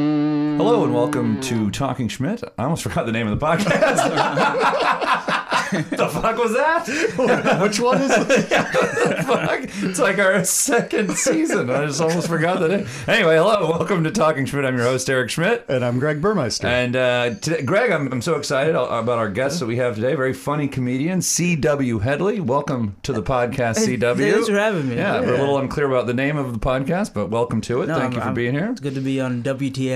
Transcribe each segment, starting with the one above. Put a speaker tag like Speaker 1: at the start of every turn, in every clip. Speaker 1: Hello and welcome to Talking Schmidt. I almost forgot the name of the podcast. the fuck was that?
Speaker 2: Which one is it?
Speaker 1: Fuck. It's like our second season. I just almost forgot the name. Anyway, hello, welcome to Talking Schmidt. I'm your host Eric Schmidt.
Speaker 2: and I'm Greg Burmeister.
Speaker 1: And uh, today, Greg, I'm, I'm so excited about our guests that we have today. Very funny comedian, C.W. Headley. Welcome to the podcast, C.W.
Speaker 3: Thanks for having me.
Speaker 1: Yeah, we're a little unclear about the name of the podcast, but welcome to it.
Speaker 3: No,
Speaker 1: Thank
Speaker 3: I'm-
Speaker 1: you for
Speaker 3: I'm-
Speaker 1: being here.
Speaker 3: It's good to be on WTF.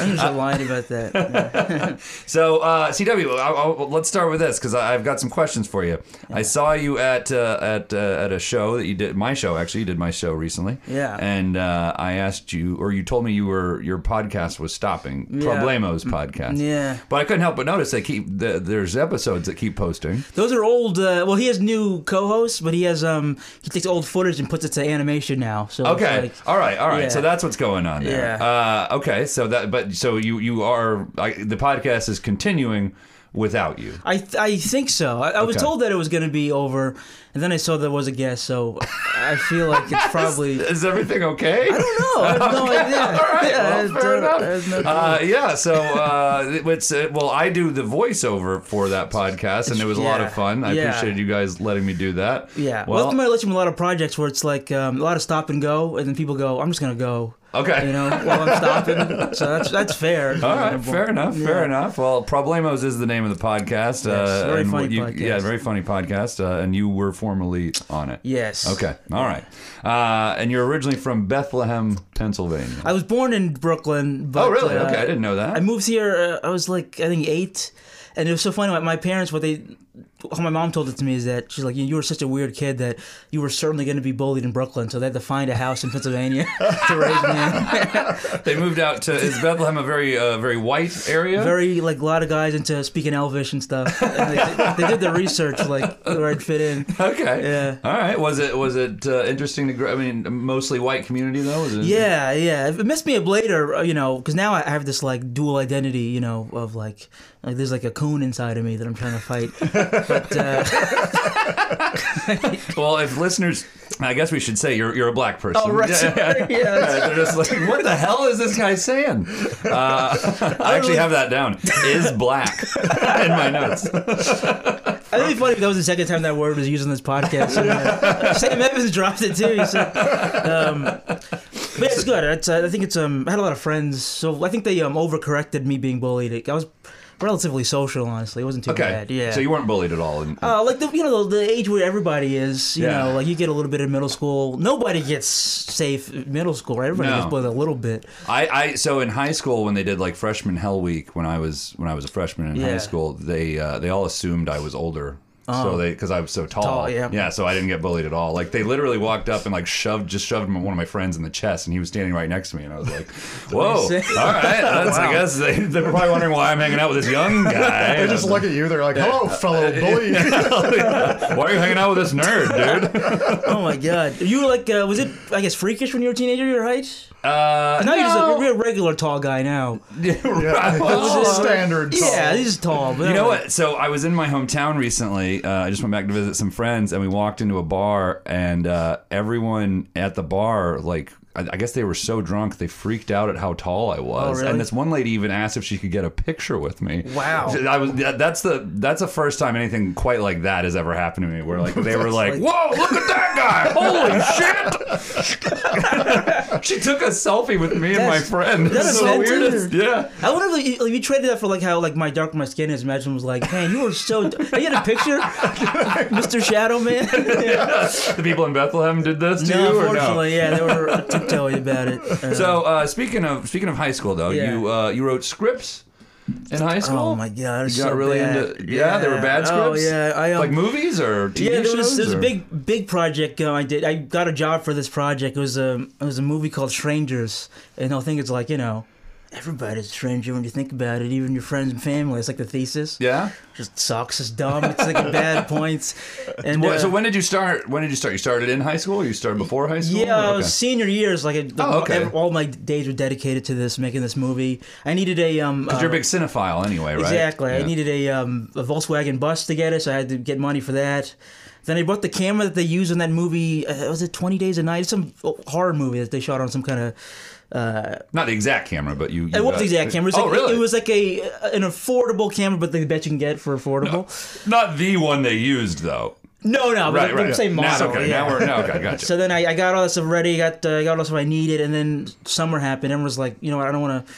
Speaker 3: I'm just lying about that. Yeah.
Speaker 1: So, uh, CW, I, I, let's start with this because I've got some questions for you. I saw you at uh, at uh, at a show that you did, my show actually. You did my show recently.
Speaker 3: Yeah.
Speaker 1: And uh, I asked you, or you told me you were your podcast was stopping.
Speaker 3: Yeah. Mm,
Speaker 1: Problemo's podcast.
Speaker 3: Yeah.
Speaker 1: But I couldn't help but notice they keep the, there's episodes that keep posting.
Speaker 3: Those are old. Uh, well, he has new co-hosts, but he has um he takes old footage and puts it to animation now. So it's
Speaker 1: Okay.
Speaker 3: like-
Speaker 1: all right. All right.
Speaker 3: Yeah.
Speaker 1: So that's what's going on there.
Speaker 3: Yeah.
Speaker 1: Uh, okay. So that but so you you are I, the podcast is continuing without you.
Speaker 3: I, th- I think so. I, I was
Speaker 1: Okay.
Speaker 3: told that it was going to be over, and then I saw there was a guest, so I feel like it's probably.
Speaker 1: Is everything okay?
Speaker 3: I don't know. I have no idea.
Speaker 1: All right,
Speaker 3: Yeah, I
Speaker 1: well,
Speaker 3: have
Speaker 1: fair
Speaker 3: no- I
Speaker 1: enough.
Speaker 3: have no
Speaker 1: Uh, yeah, so uh, it's uh, well, I do the voiceover for that podcast, and it was a lot
Speaker 3: Yeah,
Speaker 1: of fun. I
Speaker 3: yeah.
Speaker 1: appreciate you guys letting me do that.
Speaker 3: Yeah. Well,
Speaker 1: Well,
Speaker 3: Left Might lets you in a lot of projects where it's like um, a lot of stop and go, and then people go, I'm just going to go.
Speaker 1: Okay.
Speaker 3: You know, while I'm stopping. so that's that's fair.
Speaker 1: all right, fair enough, fair enough. Well, Problemos is the name of the podcast. uh,
Speaker 3: Yes, very
Speaker 1: and
Speaker 3: funny
Speaker 1: you-
Speaker 3: podcast.
Speaker 1: Yeah, very funny podcast, uh, and you were formerly on it.
Speaker 3: Yes.
Speaker 1: Okay, all right. Uh, and you're originally from Bethlehem, Pennsylvania.
Speaker 3: I was born in Brooklyn. But,
Speaker 1: oh, really?
Speaker 3: uh,
Speaker 1: okay, I didn't know that.
Speaker 3: I moved here. Uh, I was like, I think eight, and it was so funny. My, my parents, what they, how my mom told it to me is that she's like, you, you were such a weird kid that you were certainly going to be bullied in Brooklyn, so they had to find a house in Pennsylvania to raise me. in.
Speaker 1: they moved out to is Bethlehem a very uh, very white area?
Speaker 3: Very like a lot of guys into speaking Elvish and stuff. And they, they did the research like where I'd fit in.
Speaker 1: Okay.
Speaker 3: Yeah.
Speaker 1: All right. Was it was it uh, interesting to grow? I mean, mostly white community though. Was it
Speaker 3: Yeah, yeah. It messed me up later, uh, you know, because now I have this like dual identity, you know, of like, like there's like a coon inside of me that I'm trying to fight. but uh,
Speaker 1: Well, if listeners, I guess we should say you're you're a black person.
Speaker 3: Oh, right.
Speaker 1: Yeah, yeah, yeah.
Speaker 3: Yeah, that's
Speaker 1: They're just like, what the hell is this guy saying? Uh, I actually have that down. Is black in my notes.
Speaker 3: I think it'd be funny if that was the second time that word was used on this podcast. And, uh, Sam Evans dropped it too. So, um, but yeah, it's good. It's, uh, I think it's. Um, I had a lot of friends, so I think they um, overcorrected me being bullied. Like, I was relatively social, honestly. It wasn't too
Speaker 1: Okay.
Speaker 3: bad. Yeah.
Speaker 1: So you weren't bullied at all. in-
Speaker 3: Uh, like the you know the, the age where everybody is you
Speaker 1: Yeah.
Speaker 3: know like you get a little bit in middle school nobody gets safe in middle school right everybody
Speaker 1: No.
Speaker 3: gets bullied a little bit
Speaker 1: I, I so in high school when they did like freshman hell week when I was when I was a freshman in high
Speaker 3: Yeah. Oh.
Speaker 1: school they uh, they all assumed I was older. So they, because I was so tall,
Speaker 3: Tall, yeah. Amazing.
Speaker 1: That's, I guess they, they were probably wondering why I'm hanging out with this young guy.
Speaker 2: they just look at you. They're like, "Hello, fellow bully."
Speaker 1: why are you hanging out with this nerd, dude?
Speaker 3: oh my god you were like uh, was it I guess freakish when you were a teenager your height
Speaker 1: Uh,
Speaker 3: now you're just
Speaker 1: no.
Speaker 3: a real regular tall guy now
Speaker 2: Yeah,
Speaker 1: Well,
Speaker 2: it's standard.
Speaker 3: yeah
Speaker 2: tall.
Speaker 3: this is tall but
Speaker 1: You know
Speaker 3: I'm
Speaker 1: what? So I was in my hometown recently. Uh, I just went back to visit some friends, and we walked into a bar, and uh, everyone at the bar, like, I, I guess they were so drunk they freaked out at how tall I was.
Speaker 3: Oh, really?
Speaker 1: And this one lady even asked if she could get a picture with me.
Speaker 3: Wow.
Speaker 1: I was. that- That's the that's the first time anything quite like that has ever happened to me. Where like they were like,
Speaker 3: like-
Speaker 1: "Whoa, look at that guy! Holy shit!" she took a selfie with me and my
Speaker 3: That's-
Speaker 1: friend.
Speaker 3: that
Speaker 1: It's
Speaker 3: is
Speaker 1: the
Speaker 3: so
Speaker 1: weirdest.
Speaker 3: weird.
Speaker 1: Yeah.
Speaker 3: I wonder if you, like, you traded that for like how like my dark my skin is. Imagine was like, man, you were so. d- You had a picture, Mr. Shadow Man.
Speaker 1: The people in Bethlehem did this to you,
Speaker 3: no,
Speaker 1: or no?
Speaker 3: unfortunately, yeah, they were tiptoey about it. Uh,
Speaker 1: So uh, speaking of speaking of high school though,
Speaker 3: Yeah.
Speaker 1: you uh, you wrote scripts in high school.
Speaker 3: oh my god, it was
Speaker 1: You got
Speaker 3: so
Speaker 1: really
Speaker 3: bad.
Speaker 1: into yeah, they were bad
Speaker 3: Oh
Speaker 1: scripts.
Speaker 3: yeah, I um,
Speaker 1: like movies or TV
Speaker 3: yeah, there
Speaker 1: shows.
Speaker 3: was, there was a
Speaker 1: or-
Speaker 3: big big project uh, I did. I got a job for this project. It was a it was a movie called Strangers, and I think it's like you know. Everybody's a stranger when you think about it, even your friends and family. It's like the thesis.
Speaker 1: yeah.
Speaker 3: Just sucks. It's dumb. It's like bad points. And
Speaker 1: Well,
Speaker 3: uh,
Speaker 1: so when did you start? When did you start? You started in high school. or You started before high school.
Speaker 3: Yeah,
Speaker 1: Okay.
Speaker 3: senior years, like it-
Speaker 1: Oh, okay.
Speaker 3: ev- all my days were dedicated to this, making this movie. I needed a um.
Speaker 1: you're a
Speaker 3: uh,
Speaker 1: big cinephile anyway, right?
Speaker 3: Exactly.
Speaker 1: Yeah.
Speaker 3: I needed a um a Volkswagen bus to get it, so I had to get money for that. Then they brought the camera that they used in that movie. Uh, was it Twenty Days a Night? It's some oh, horror movie that they shot on some kind of. Uh,
Speaker 1: Not the exact camera, but you.
Speaker 3: it
Speaker 1: you,
Speaker 3: was
Speaker 1: uh,
Speaker 3: the exact camera. It was
Speaker 1: oh,
Speaker 3: like,
Speaker 1: really?
Speaker 3: It was like a uh, an affordable camera, but they bet you can get for affordable.
Speaker 1: not the one they used though.
Speaker 3: No, no, but
Speaker 1: Right,
Speaker 3: the
Speaker 1: right.
Speaker 3: same
Speaker 1: Now-
Speaker 3: model.
Speaker 1: okay,
Speaker 3: yeah.
Speaker 1: now we're now okay, gotcha.
Speaker 3: So then I, I got all that stuff ready, got uh, got all the stuff I needed, and then summer happened. And was like, you know what? I don't want to.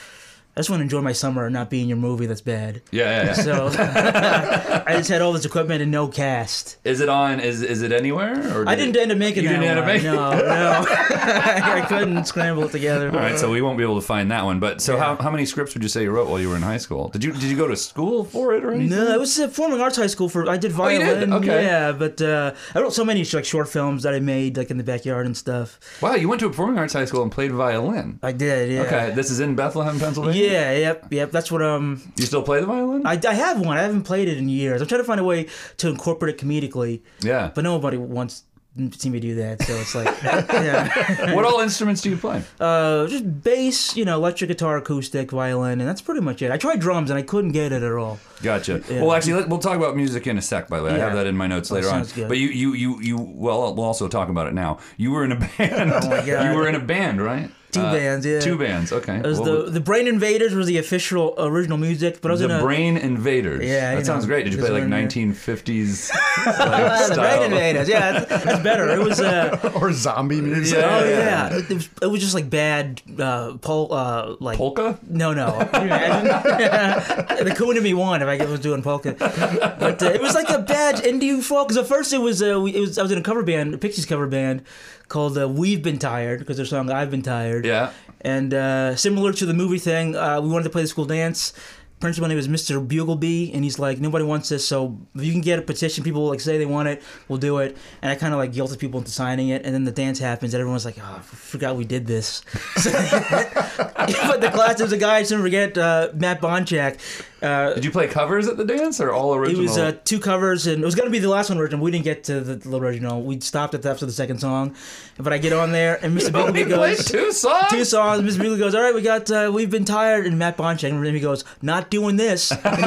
Speaker 3: I just want to enjoy my summer and not be in your movie that's bad.
Speaker 1: yeah, yeah, yeah.
Speaker 3: So I just had all this equipment and no cast.
Speaker 1: Is it on? Is is it anywhere? Or
Speaker 3: I
Speaker 1: did-
Speaker 3: didn't end up making
Speaker 1: You
Speaker 3: that
Speaker 1: didn't end up
Speaker 3: one.
Speaker 1: making-
Speaker 3: No, no. I couldn't scramble it together.
Speaker 1: All right, so we won't be able to find that one. But so, how, how many scripts would you say you wrote while you were in high school? Did you did you go to school for it or anything?
Speaker 3: No, it was a performing arts high school for I did
Speaker 1: Oh, you
Speaker 3: violin.
Speaker 1: did? Okay.
Speaker 3: Yeah, but uh, I wrote so many like short films that I made like in the backyard and stuff.
Speaker 1: Wow, you went to a performing arts high school and played violin.
Speaker 3: I did. Yeah.
Speaker 1: Okay, this is in Bethlehem, Pennsylvania.
Speaker 3: Yeah. Yep. Yep. That's what um
Speaker 1: you still play the violin?
Speaker 3: I, I have one. I haven't played it in years. I'm trying to find a way to incorporate it comedically,
Speaker 1: yeah.
Speaker 3: but nobody wants to see me do that. So it's like, yeah.
Speaker 1: what all instruments do you play?
Speaker 3: Uh, just bass, you know, electric guitar, acoustic, violin, and that's pretty much it. I tried drums and I couldn't get it at all.
Speaker 1: Gotcha. Well, actually, let, we'll talk about music in a sec. By the way, I
Speaker 3: Yeah. Oh,
Speaker 1: have that in my notes later on.
Speaker 3: sounds good.
Speaker 1: But you, you, you, you. Well, we'll also talk about it now. You were in a band. oh
Speaker 3: my God.
Speaker 1: You were in a band, right? Uh,
Speaker 3: Two bands, yeah.
Speaker 1: Two bands. Okay.
Speaker 3: It was
Speaker 1: Well,
Speaker 3: the the Brain Invaders was the official original music, but I was in
Speaker 1: the
Speaker 3: a
Speaker 1: Brain Invaders.
Speaker 3: Yeah, you
Speaker 1: that sounds
Speaker 3: know,
Speaker 1: great. Did you play
Speaker 3: just
Speaker 1: like
Speaker 3: learn that.
Speaker 1: 1950s
Speaker 3: Ah,
Speaker 1: like,
Speaker 3: the Brain
Speaker 1: style?
Speaker 3: Invaders. Yeah, that's, that's better. It was. Uh,
Speaker 2: or zombie music.
Speaker 1: Yeah.
Speaker 3: Oh yeah, it was, it was just like bad, uh, pol- uh, like
Speaker 1: Polka?
Speaker 3: No, no. Can you imagine? the coup to me won if I was doing polka. But uh, it was like a bad indie folk. Because at first it was, uh, we, it was I was in a cover band, a Pixies cover band called uh, We've Been Tired because their song I've Been Tired.
Speaker 1: Yeah.
Speaker 3: And uh, similar to the movie thing, uh, we wanted to play the school dance. Principal name is Mr. Bugleby, and he's like, nobody wants this, so if you can get a petition, people like say they want it, we'll do it. And I kind of like guilted people into signing it, and then the dance happens, and everyone's like, oh, I forgot we did this. but the class, there was a guy, I just never forget, uh, Matt Bonchak. Uh,
Speaker 1: Did you play covers at the dance or all
Speaker 3: it
Speaker 1: original?
Speaker 3: was uh, two covers, and it was gonna be the last one original. We didn't get to the, the original. We stopped at the, after the second song, but I get on there, and Mr.
Speaker 1: Oh, he
Speaker 3: Bugleby
Speaker 1: played
Speaker 3: goes,
Speaker 1: two songs.
Speaker 3: two songs. Miss Beagle goes, "All right, we got, uh, we've been tired." And Matt Bonchak, and he goes, "Not doing this." And he,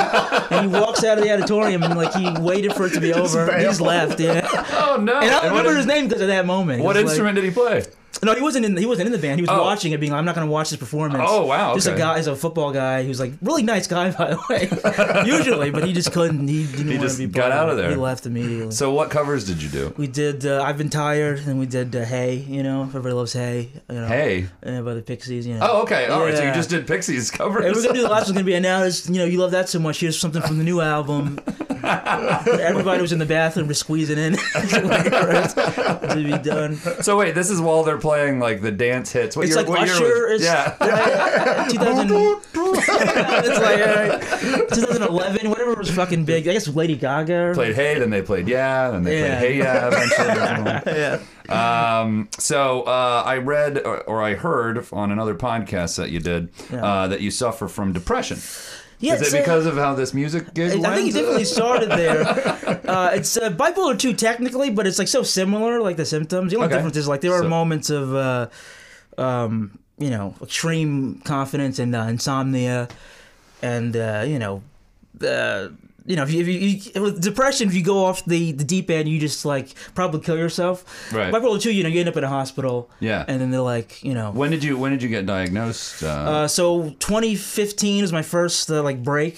Speaker 3: and he walks out of the auditorium and like he waited for it to be over. and He just left. Yeah.
Speaker 1: Oh no!
Speaker 3: And I
Speaker 1: And
Speaker 3: don't
Speaker 1: what
Speaker 3: remember his
Speaker 1: in-
Speaker 3: name because of that moment. It
Speaker 1: What
Speaker 3: was like-
Speaker 1: instrument did he play?
Speaker 3: no, he wasn't in. He wasn't in the band. He was
Speaker 1: Oh.
Speaker 3: watching it, being like, "I'm not going to watch this performance."
Speaker 1: Oh, wow,
Speaker 3: Just a
Speaker 1: okay.
Speaker 3: guy, he's a football guy. He was like really nice guy, by the way. Usually, but he just couldn't. He didn't want
Speaker 1: just
Speaker 3: to be.
Speaker 1: got
Speaker 3: part
Speaker 1: out of
Speaker 3: it.
Speaker 1: there.
Speaker 3: He left immediately.
Speaker 1: So what covers did you do?
Speaker 3: we did. Uh, I've been tired, and we did uh, Hey. You know, everybody loves Hey. You know,
Speaker 1: Hey.
Speaker 3: uh, by the Pixies. You know.
Speaker 1: Oh, okay. All right. So you
Speaker 3: Yeah.
Speaker 1: just did Pixies covers.
Speaker 3: And we're gonna do the last one's gonna be announced. You know, you love that so much. Here's something from the new album. Everybody was in the bathroom just squeezing in to be done.
Speaker 1: so wait, this is while they're playing like the dance hits. What
Speaker 3: It's
Speaker 1: year,
Speaker 3: like
Speaker 1: what year
Speaker 3: Usher
Speaker 1: was-
Speaker 3: is
Speaker 1: yeah.
Speaker 3: like, 2000. it's like all right, 2011, whatever was fucking big. I guess Lady Gaga.
Speaker 1: played Hey, then they played Yeah, then they
Speaker 3: Yeah.
Speaker 1: played Hey Yeah eventually. Um, so uh, I read or, or I heard on another podcast that you did uh, that you suffer from depression.
Speaker 3: yeah,
Speaker 1: Is
Speaker 3: it's,
Speaker 1: it
Speaker 3: uh,
Speaker 1: because of how this music gig
Speaker 3: I think
Speaker 1: went?
Speaker 3: it definitely started there. Uh, it's uh, bipolar two technically, but it's like so similar, like the symptoms. The only
Speaker 1: Okay.
Speaker 3: difference is like there are
Speaker 1: So-
Speaker 3: moments of, uh, um, you know, extreme confidence and uh, insomnia, and uh, you know, uh, you know, if you, if you, you with depression, if you go off the the deep end, you just like probably kill yourself.
Speaker 1: Right.
Speaker 3: Bipolar two, you know, you end up in a hospital.
Speaker 1: Yeah.
Speaker 3: And then they're like, you know,
Speaker 1: When did you When did you get diagnosed? Uh,
Speaker 3: uh, so 2015 was my first uh, like break.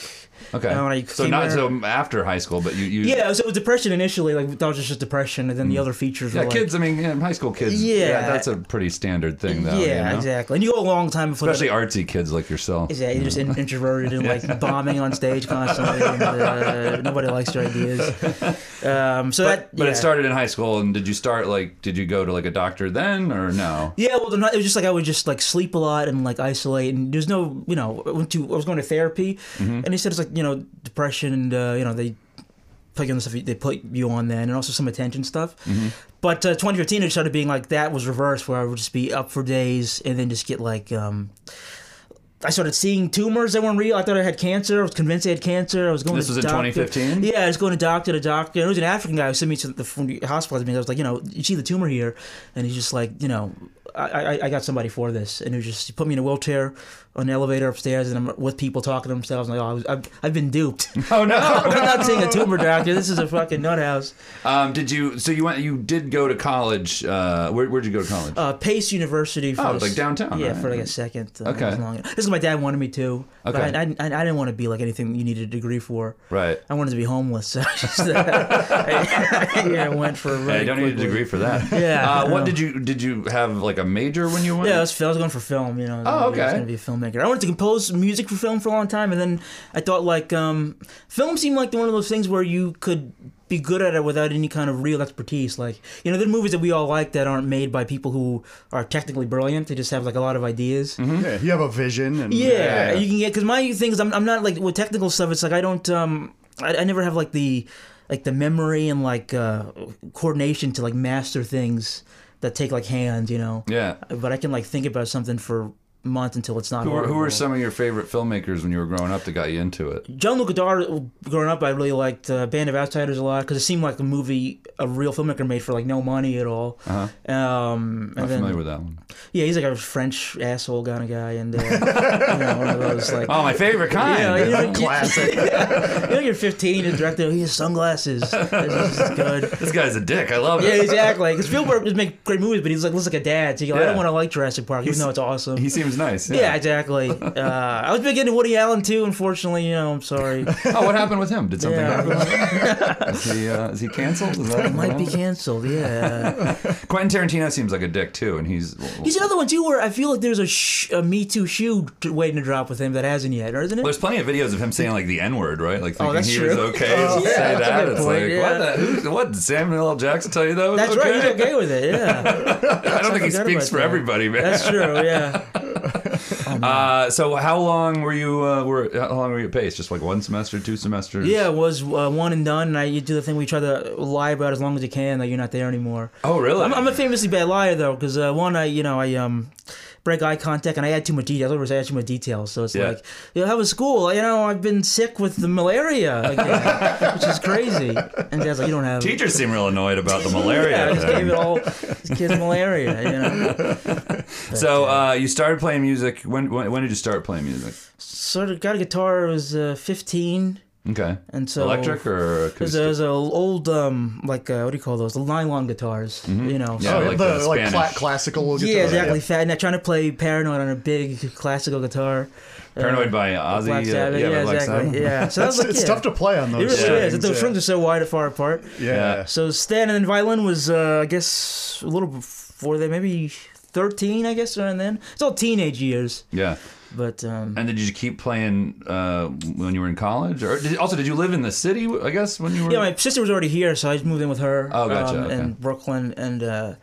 Speaker 1: okay.
Speaker 3: uh, when I
Speaker 1: so
Speaker 3: came
Speaker 1: not
Speaker 3: here-
Speaker 1: so after high school, but you, you
Speaker 3: Yeah, so it was depression initially. Like that was just depression, and then the other features.
Speaker 1: Yeah,
Speaker 3: were like,
Speaker 1: kids. I mean, yeah, high school kids.
Speaker 3: Yeah.
Speaker 1: that's a pretty standard thing, though. you
Speaker 3: yeah,
Speaker 1: know?
Speaker 3: exactly. And you go a long time before.
Speaker 1: Especially artsy kids like yourself.
Speaker 3: that, exactly. You're just in, introverted and like bombing on stage constantly. And, uh, nobody likes your ideas. Um, so
Speaker 1: But,
Speaker 3: that.
Speaker 1: but
Speaker 3: yeah.
Speaker 1: it started in high school, and did you start like? Did you go to like a doctor then, or no?
Speaker 3: Yeah, well, the night- it was just like I would just like sleep a lot and like isolate, and there's no, you know, I went to I was going to therapy,
Speaker 1: Mm-hmm.
Speaker 3: and they said it's like you know depression and uh, you know they put you on the stuff they put you on then, and also some attention stuff.
Speaker 1: Mm-hmm.
Speaker 3: But uh, 2015, it started being like that was reversed, where I would just be up for days and then just get like um I started seeing tumors that weren't real. I thought I had cancer. I was convinced I had cancer. I was going.
Speaker 1: This
Speaker 3: to
Speaker 1: was
Speaker 3: the
Speaker 1: in
Speaker 3: doctor.
Speaker 1: 2015?
Speaker 3: Yeah, I was going to doctor to doctor. And it was an African guy who sent me to the from the hospital. To me, I was like, you know, you see the tumor here, and he's just like, you know, I, I, I got somebody for this, and he was just he put me in a wheelchair on the elevator upstairs, and I'm with people talking to themselves. I'm like, oh, I was, I've, I've been duped.
Speaker 1: Oh no.
Speaker 3: I'm not seeing a tumor doctor. This is a fucking nut house.
Speaker 1: Um, did you? So you went? You did go to college? Uh, where, where'd you go to college?
Speaker 3: Uh, Pace University. For
Speaker 1: Oh,
Speaker 3: a s-
Speaker 1: like downtown,
Speaker 3: Yeah,
Speaker 1: right,
Speaker 3: for like a
Speaker 1: right.
Speaker 3: second. Uh,
Speaker 1: Okay.
Speaker 3: as long- This is what my dad wanted me to. but
Speaker 1: Okay.
Speaker 3: I, I, I didn't want to be like anything you needed a degree for.
Speaker 1: right.
Speaker 3: I wanted to be homeless. So I just, I, yeah, I went for. a
Speaker 1: Hey,
Speaker 3: really
Speaker 1: I don't need a
Speaker 3: quick
Speaker 1: degree
Speaker 3: look.
Speaker 1: for that.
Speaker 3: Yeah,
Speaker 1: Uh,
Speaker 3: I
Speaker 1: what
Speaker 3: know.
Speaker 1: did you? Did you have like a major when you went?
Speaker 3: Yeah, I was, I was going for film. You know, I was
Speaker 1: Oh,
Speaker 3: gonna be- I was
Speaker 1: okay.
Speaker 3: going to be a filmmaker. I wanted to compose music for film for a long time, and then I thought like um, film seemed like one of those things where you could be good at it without any kind of real expertise. Like you know, there are movies that we all like that aren't made by people who are technically brilliant. They just have like a lot of ideas.
Speaker 2: Yeah, you have a vision. And,
Speaker 3: Yeah,
Speaker 1: Mm-hmm. Yeah.
Speaker 3: you can get because my thing is I'm, I'm not like with technical stuff. It's like I don't um I, I never have like the like the memory and like uh, coordination to like master things that take like hands, you know.
Speaker 1: Yeah.
Speaker 3: But I can like think about something for months until it's not.
Speaker 1: Who were, who
Speaker 3: horrible.
Speaker 1: were some of your favorite filmmakers when you were growing up that got you into it?
Speaker 3: John Lucaдар, growing up, I really liked uh, Band of Outsiders a lot because it seemed like a movie a real filmmaker made for like no money at all.
Speaker 1: Uh-huh.
Speaker 3: Um,
Speaker 1: Not
Speaker 3: and then,
Speaker 1: familiar with that one.
Speaker 3: yeah, he's like a French asshole kind of guy, and uh, you know, one of those like
Speaker 1: Oh, my favorite kind.
Speaker 3: Yeah, you know,
Speaker 2: Classic.
Speaker 3: you know, you're 15 and director, he has sunglasses. This is good.
Speaker 1: This guy's a dick. I love
Speaker 3: Yeah,
Speaker 1: it.
Speaker 3: exactly. Because Spielberg just make great movies, but he's like looks like a dad. So you go, I
Speaker 1: Yeah.
Speaker 3: don't want to like Jurassic Park, even
Speaker 1: He's-
Speaker 3: though it's awesome.
Speaker 1: He seems nice.
Speaker 3: yeah. exactly. Uh, I was big into Woody Allen too. Unfortunately, you know, I'm sorry.
Speaker 1: Oh, what happened with him? Did something happen?
Speaker 3: Yeah,
Speaker 1: Is he, uh, is he canceled? Is that
Speaker 3: it might be canceled. Yeah,
Speaker 1: Quentin Tarantino seems like a dick too, and he's
Speaker 3: he's another one too where I feel like there's a, sh- a Me Too shoe t- waiting to drop with him that hasn't yet, or isn't it?
Speaker 1: There's plenty of videos of him saying like the N word, right? Like thinking
Speaker 3: Oh, that's
Speaker 1: he
Speaker 3: true. Oh,
Speaker 1: was okay to
Speaker 3: yeah,
Speaker 1: say
Speaker 3: that's a
Speaker 1: that.
Speaker 3: good
Speaker 1: It's
Speaker 3: point,
Speaker 1: like
Speaker 3: yeah.
Speaker 1: what? The, who, what did Samuel L. Jackson tell you that was
Speaker 3: That's
Speaker 1: okay?
Speaker 3: right. He's okay with it. Yeah,
Speaker 1: I don't think he
Speaker 3: forgot
Speaker 1: speaks
Speaker 3: about
Speaker 1: for
Speaker 3: that.
Speaker 1: everybody, man.
Speaker 3: that's true. Yeah.
Speaker 1: Uh, so how long were you? Uh, were how long were you at Pace? Just like one semester, two semesters?
Speaker 3: Yeah, it was uh, one and done. And I, you do the thing where you try to lie about as long as you can that you're not there anymore.
Speaker 1: Oh, really?
Speaker 3: I'm, I'm a famously bad liar though, because uh, one, I you know I um break eye contact and I add too much detail. Otherwise, I add too much detail. So it's
Speaker 1: Yeah.
Speaker 3: like, you know, how was school? You know, I've been sick with the malaria, again, which is crazy. And Dad's like, you don't have it."
Speaker 1: Teachers seem real annoyed about the malaria.
Speaker 3: Yeah, I just
Speaker 1: thing.
Speaker 3: gave it all these kids malaria. You know,
Speaker 1: So uh, you started playing music. When, when when did you start playing music?
Speaker 3: sort of got a guitar. I was uh, 15,
Speaker 1: Okay.
Speaker 3: and so
Speaker 1: Electric or
Speaker 3: There's
Speaker 1: acoustic?
Speaker 3: a, there's a old um like uh, what do you call those? The nylon guitars, you know.
Speaker 1: Mm-hmm. Yeah,
Speaker 2: Oh,
Speaker 1: like
Speaker 2: the,
Speaker 1: the
Speaker 2: like
Speaker 1: Spanish.
Speaker 2: cla- classical guitar.
Speaker 3: Yeah, exactly. Fat neck trying to play Paranoid on a big classical guitar. Uh,
Speaker 1: Paranoid by Ozzy.
Speaker 3: Black
Speaker 1: uh,
Speaker 3: Sabbath.
Speaker 1: yeah,
Speaker 3: Yeah,
Speaker 1: by Black
Speaker 3: exactly.
Speaker 1: Sabbath.
Speaker 3: Yeah. So
Speaker 2: That's,
Speaker 3: that's like,
Speaker 2: it's
Speaker 3: yeah.
Speaker 2: tough to play on
Speaker 3: It
Speaker 2: those.
Speaker 3: really is.
Speaker 2: strings,
Speaker 3: The
Speaker 2: yeah.
Speaker 3: strings are so wide and far apart.
Speaker 2: Yeah.
Speaker 3: So Stan and then violin was uh, I guess a little before that, maybe thirteen, I guess, around then. It's all teenage years,
Speaker 1: Yeah.
Speaker 3: but um,
Speaker 1: And did you keep playing uh, when you were in college, or did, also did you live in the city? I guess when you were.
Speaker 3: Yeah, my sister was already here, so I just moved in with her.
Speaker 1: Oh, gotcha,
Speaker 3: um,
Speaker 1: okay.
Speaker 3: In Brooklyn, and uh,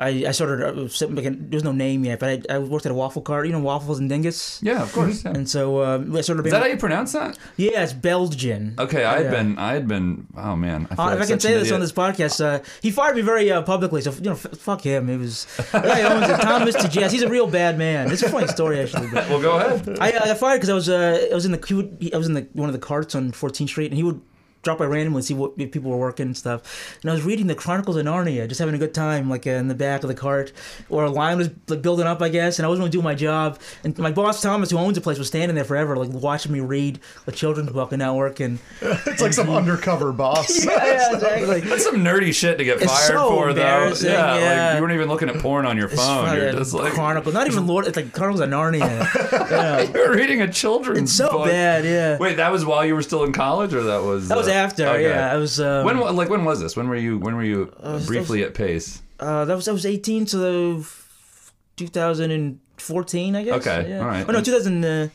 Speaker 3: I I started uh, sitting back in- there's no name yet, but I, I worked at a waffle cart. You know, waffles and dingus.
Speaker 1: Yeah, of course. yeah.
Speaker 3: And so um, I started
Speaker 1: Is
Speaker 3: being.
Speaker 1: that how you pronounce that?
Speaker 3: yeah, it's Belgian.
Speaker 1: Okay, I had
Speaker 3: Yeah.
Speaker 1: been, I had been. Oh man, I feel
Speaker 3: Uh,
Speaker 1: like
Speaker 3: if I can
Speaker 1: such
Speaker 3: say
Speaker 1: an
Speaker 3: this on
Speaker 1: idiot.
Speaker 3: this podcast, uh, he fired me very uh, publicly. So you know, f- fuck him. It was yeah, he owns it. Thomas to Jazz. He's a real bad man. It's a funny story actually. But
Speaker 1: Well, go ahead.
Speaker 3: I, I got fired because I was uh, I was in the he would, he, I was in the one of the carts on 14th Street, and he would drop by randomly and see what if people were working and stuff. And I was reading the Chronicles of Narnia, just having a good time, like uh, in the back of the cart, or a line was like building up, I guess, and I wasn't going to do my job. And my boss Thomas, who owns the place, was standing there forever, like watching me read a children's book and not working.
Speaker 2: It's like some undercover boss.
Speaker 3: yeah, exactly.
Speaker 1: That's some nerdy shit to get
Speaker 3: It's
Speaker 1: fired
Speaker 3: so
Speaker 1: for, though.
Speaker 3: embarrassing,
Speaker 1: like
Speaker 3: yeah.
Speaker 1: you weren't even looking at porn on your phone. You're
Speaker 3: fucking
Speaker 1: just like
Speaker 3: Chronicle, not even Lord. It's like Chronicles of Narnia. yeah.
Speaker 1: you're reading a children's
Speaker 3: It's so
Speaker 1: book.
Speaker 3: bad. Yeah.
Speaker 1: Wait, that was while you were still in college, or that was
Speaker 3: that was
Speaker 1: uh,
Speaker 3: after.
Speaker 1: okay.
Speaker 3: Yeah. I was. Um,
Speaker 1: When wa- like when was this? When were you when were you
Speaker 3: was-
Speaker 1: briefly at Pace?
Speaker 3: Uh, that was that was 18 to the 2014, I guess.
Speaker 1: Okay,
Speaker 3: yeah.
Speaker 1: all right.
Speaker 3: Oh no, 2000. Uh,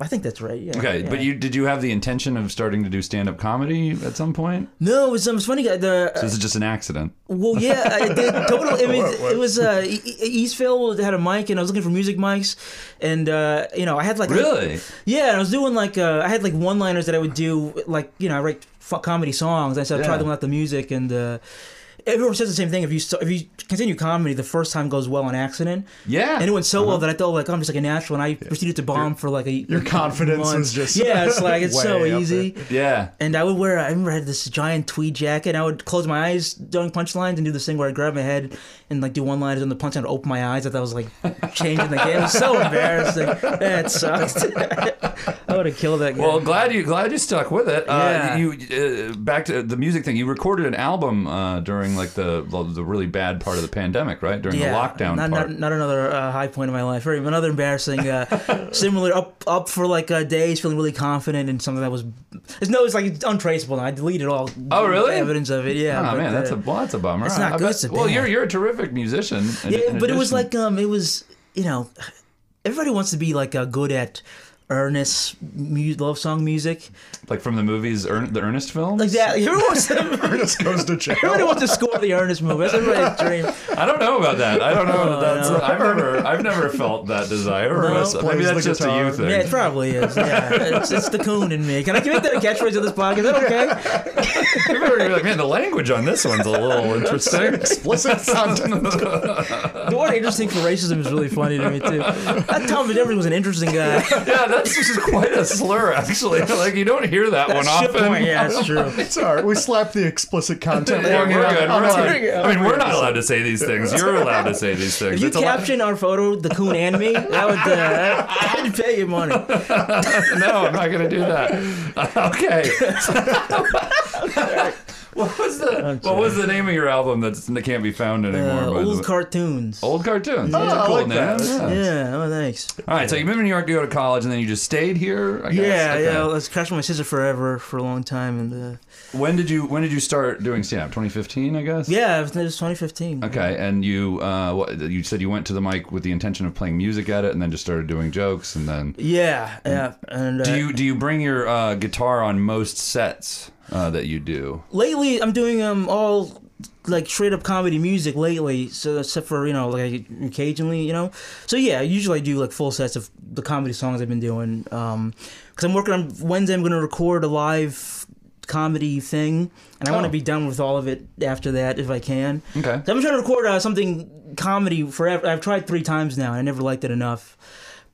Speaker 3: I think that's right. Yeah.
Speaker 1: Okay,
Speaker 3: yeah.
Speaker 1: but you did you have the intention of starting to do stand up comedy at some point?
Speaker 3: No, it was, um, it's funny. The
Speaker 1: This is just an accident.
Speaker 3: Well, yeah, I did totally. I mean, it was uh, E- E- Eastville had a mic, and I was looking for music mics, and uh, you know, I had like
Speaker 1: Really?
Speaker 3: yeah, and I was doing like uh, I had like one-liners that I would do, like you know, I write f- comedy songs. I said I
Speaker 1: Yeah.
Speaker 3: tried them without the music, and uh, everyone says the same thing. If you st- if you continue comedy, the first time goes well on accident.
Speaker 1: Yeah.
Speaker 3: and it went so well that I thought like I'm just like a natural, and I proceeded to bomb for like a
Speaker 2: Uh-huh. Your confidence
Speaker 3: months.
Speaker 2: was just
Speaker 3: yeah. It's like it's so
Speaker 2: way up
Speaker 3: easy.
Speaker 1: yeah.
Speaker 3: And I would wear. I remember I had this giant tweed jacket. And I would close my eyes during punchlines and do this thing where I grab my head and like do one line on the punchline, and open my eyes. I thought I was like changing the game. It was so embarrassing. That sucked. I would have killed that guy.
Speaker 1: Well, glad you glad you stuck with it.
Speaker 3: Yeah.
Speaker 1: Uh, you uh, back to the music thing. You recorded an album uh, during like the the really bad part of the pandemic, right? During the lockdown
Speaker 3: not,
Speaker 1: part.
Speaker 3: Not, not another uh, high point in my life. Or even another embarrassing, uh, similar up up for like uh, days, feeling really confident in something that was. It's no, it's like it's untraceable. I deleted all.
Speaker 1: Oh, really?
Speaker 3: Evidence of it. Yeah.
Speaker 1: oh
Speaker 3: but,
Speaker 1: man, that's
Speaker 3: uh,
Speaker 1: a well, that's a bummer.
Speaker 3: it's not
Speaker 1: I
Speaker 3: good,
Speaker 1: bet-
Speaker 3: it's a
Speaker 1: well,
Speaker 3: bad.
Speaker 1: you're you're a terrific musician. in-
Speaker 3: Yeah,
Speaker 1: in
Speaker 3: but it was
Speaker 1: addition.
Speaker 3: like um, it was you know, everybody wants to be like uh, good at earnest mu- love song music
Speaker 1: like from the movies, Ern- the Ernest films.
Speaker 3: like that. Everyone wants to,
Speaker 2: there. Just goes to
Speaker 3: everybody
Speaker 2: jail.
Speaker 3: wants to score the earnest movie. That's everybody's dream.
Speaker 1: I don't know about that. I don't know.
Speaker 3: Oh,
Speaker 1: That's,
Speaker 3: no.
Speaker 1: I've never I've never felt that desire. or
Speaker 3: No.
Speaker 1: that's- maybe
Speaker 2: Plays
Speaker 1: that's
Speaker 2: the
Speaker 1: just a you
Speaker 2: guitar.
Speaker 1: thing.
Speaker 3: Yeah, it probably is. Yeah, it's, it's the coon in me. Can I can make that a catchphrase of this podcast? Is that okay?
Speaker 1: You're very- like, man, the language on this one's a little interesting.
Speaker 2: Explicit content.
Speaker 3: The word interesting for racism is really funny to me too. That Tom Jefferson was an interesting guy.
Speaker 1: yeah, that's just quite a slur, actually. Like you don't hear that one
Speaker 3: Shit
Speaker 1: often.
Speaker 3: point, yeah, that's true.
Speaker 2: It's all right. We slapped the explicit content
Speaker 1: Yeah,
Speaker 2: warning
Speaker 1: we're
Speaker 2: on-
Speaker 1: good. We're
Speaker 3: Oh,
Speaker 2: online.
Speaker 1: allowed- I mean, we're not allowed to say these things. You're allowed to say these things.
Speaker 3: If you
Speaker 1: It's allowed-
Speaker 3: caption our photo, the coon and me, that would uh, I'd pay you money.
Speaker 1: no, I'm not going to do that. Okay. what was the What was the name of your album that's, that can't be found anymore?
Speaker 3: Uh,
Speaker 1: by the way?
Speaker 3: old cartoons.
Speaker 1: Old cartoons. That's
Speaker 3: Oh,
Speaker 2: Yeah,
Speaker 1: a
Speaker 2: I
Speaker 1: cool
Speaker 2: like
Speaker 1: name.
Speaker 2: that.
Speaker 1: Yeah.
Speaker 3: Yeah. Oh, thanks.
Speaker 1: All right. So you moved to New York to go to college, and then you just stayed here. I guess?
Speaker 3: Yeah,
Speaker 1: Okay.
Speaker 3: yeah. I was crashing with my sister forever for a long time, and uh,
Speaker 1: When did you When did you start doing stand up? 2015, I guess.
Speaker 3: yeah, it was, it was 2015.
Speaker 1: Okay, and you uh, what, you said you went to the mic with the intention of playing music at it, and then just started doing jokes, and then
Speaker 3: Yeah, yeah. And uh,
Speaker 1: do you do you bring your uh, guitar on most sets uh, that you do?
Speaker 3: lately I'm doing um all like straight up comedy music lately, so except for you know like occasionally you know. So yeah, usually I do like full sets of the comedy songs I've been doing. Um, because I'm working on Wednesday, I'm gonna record a live comedy thing, and I want
Speaker 1: Oh.
Speaker 3: to be done with all of it after that if I can.
Speaker 1: Okay,
Speaker 3: I've been trying to record uh, something comedy forever. I've tried three times now, and I never liked it enough.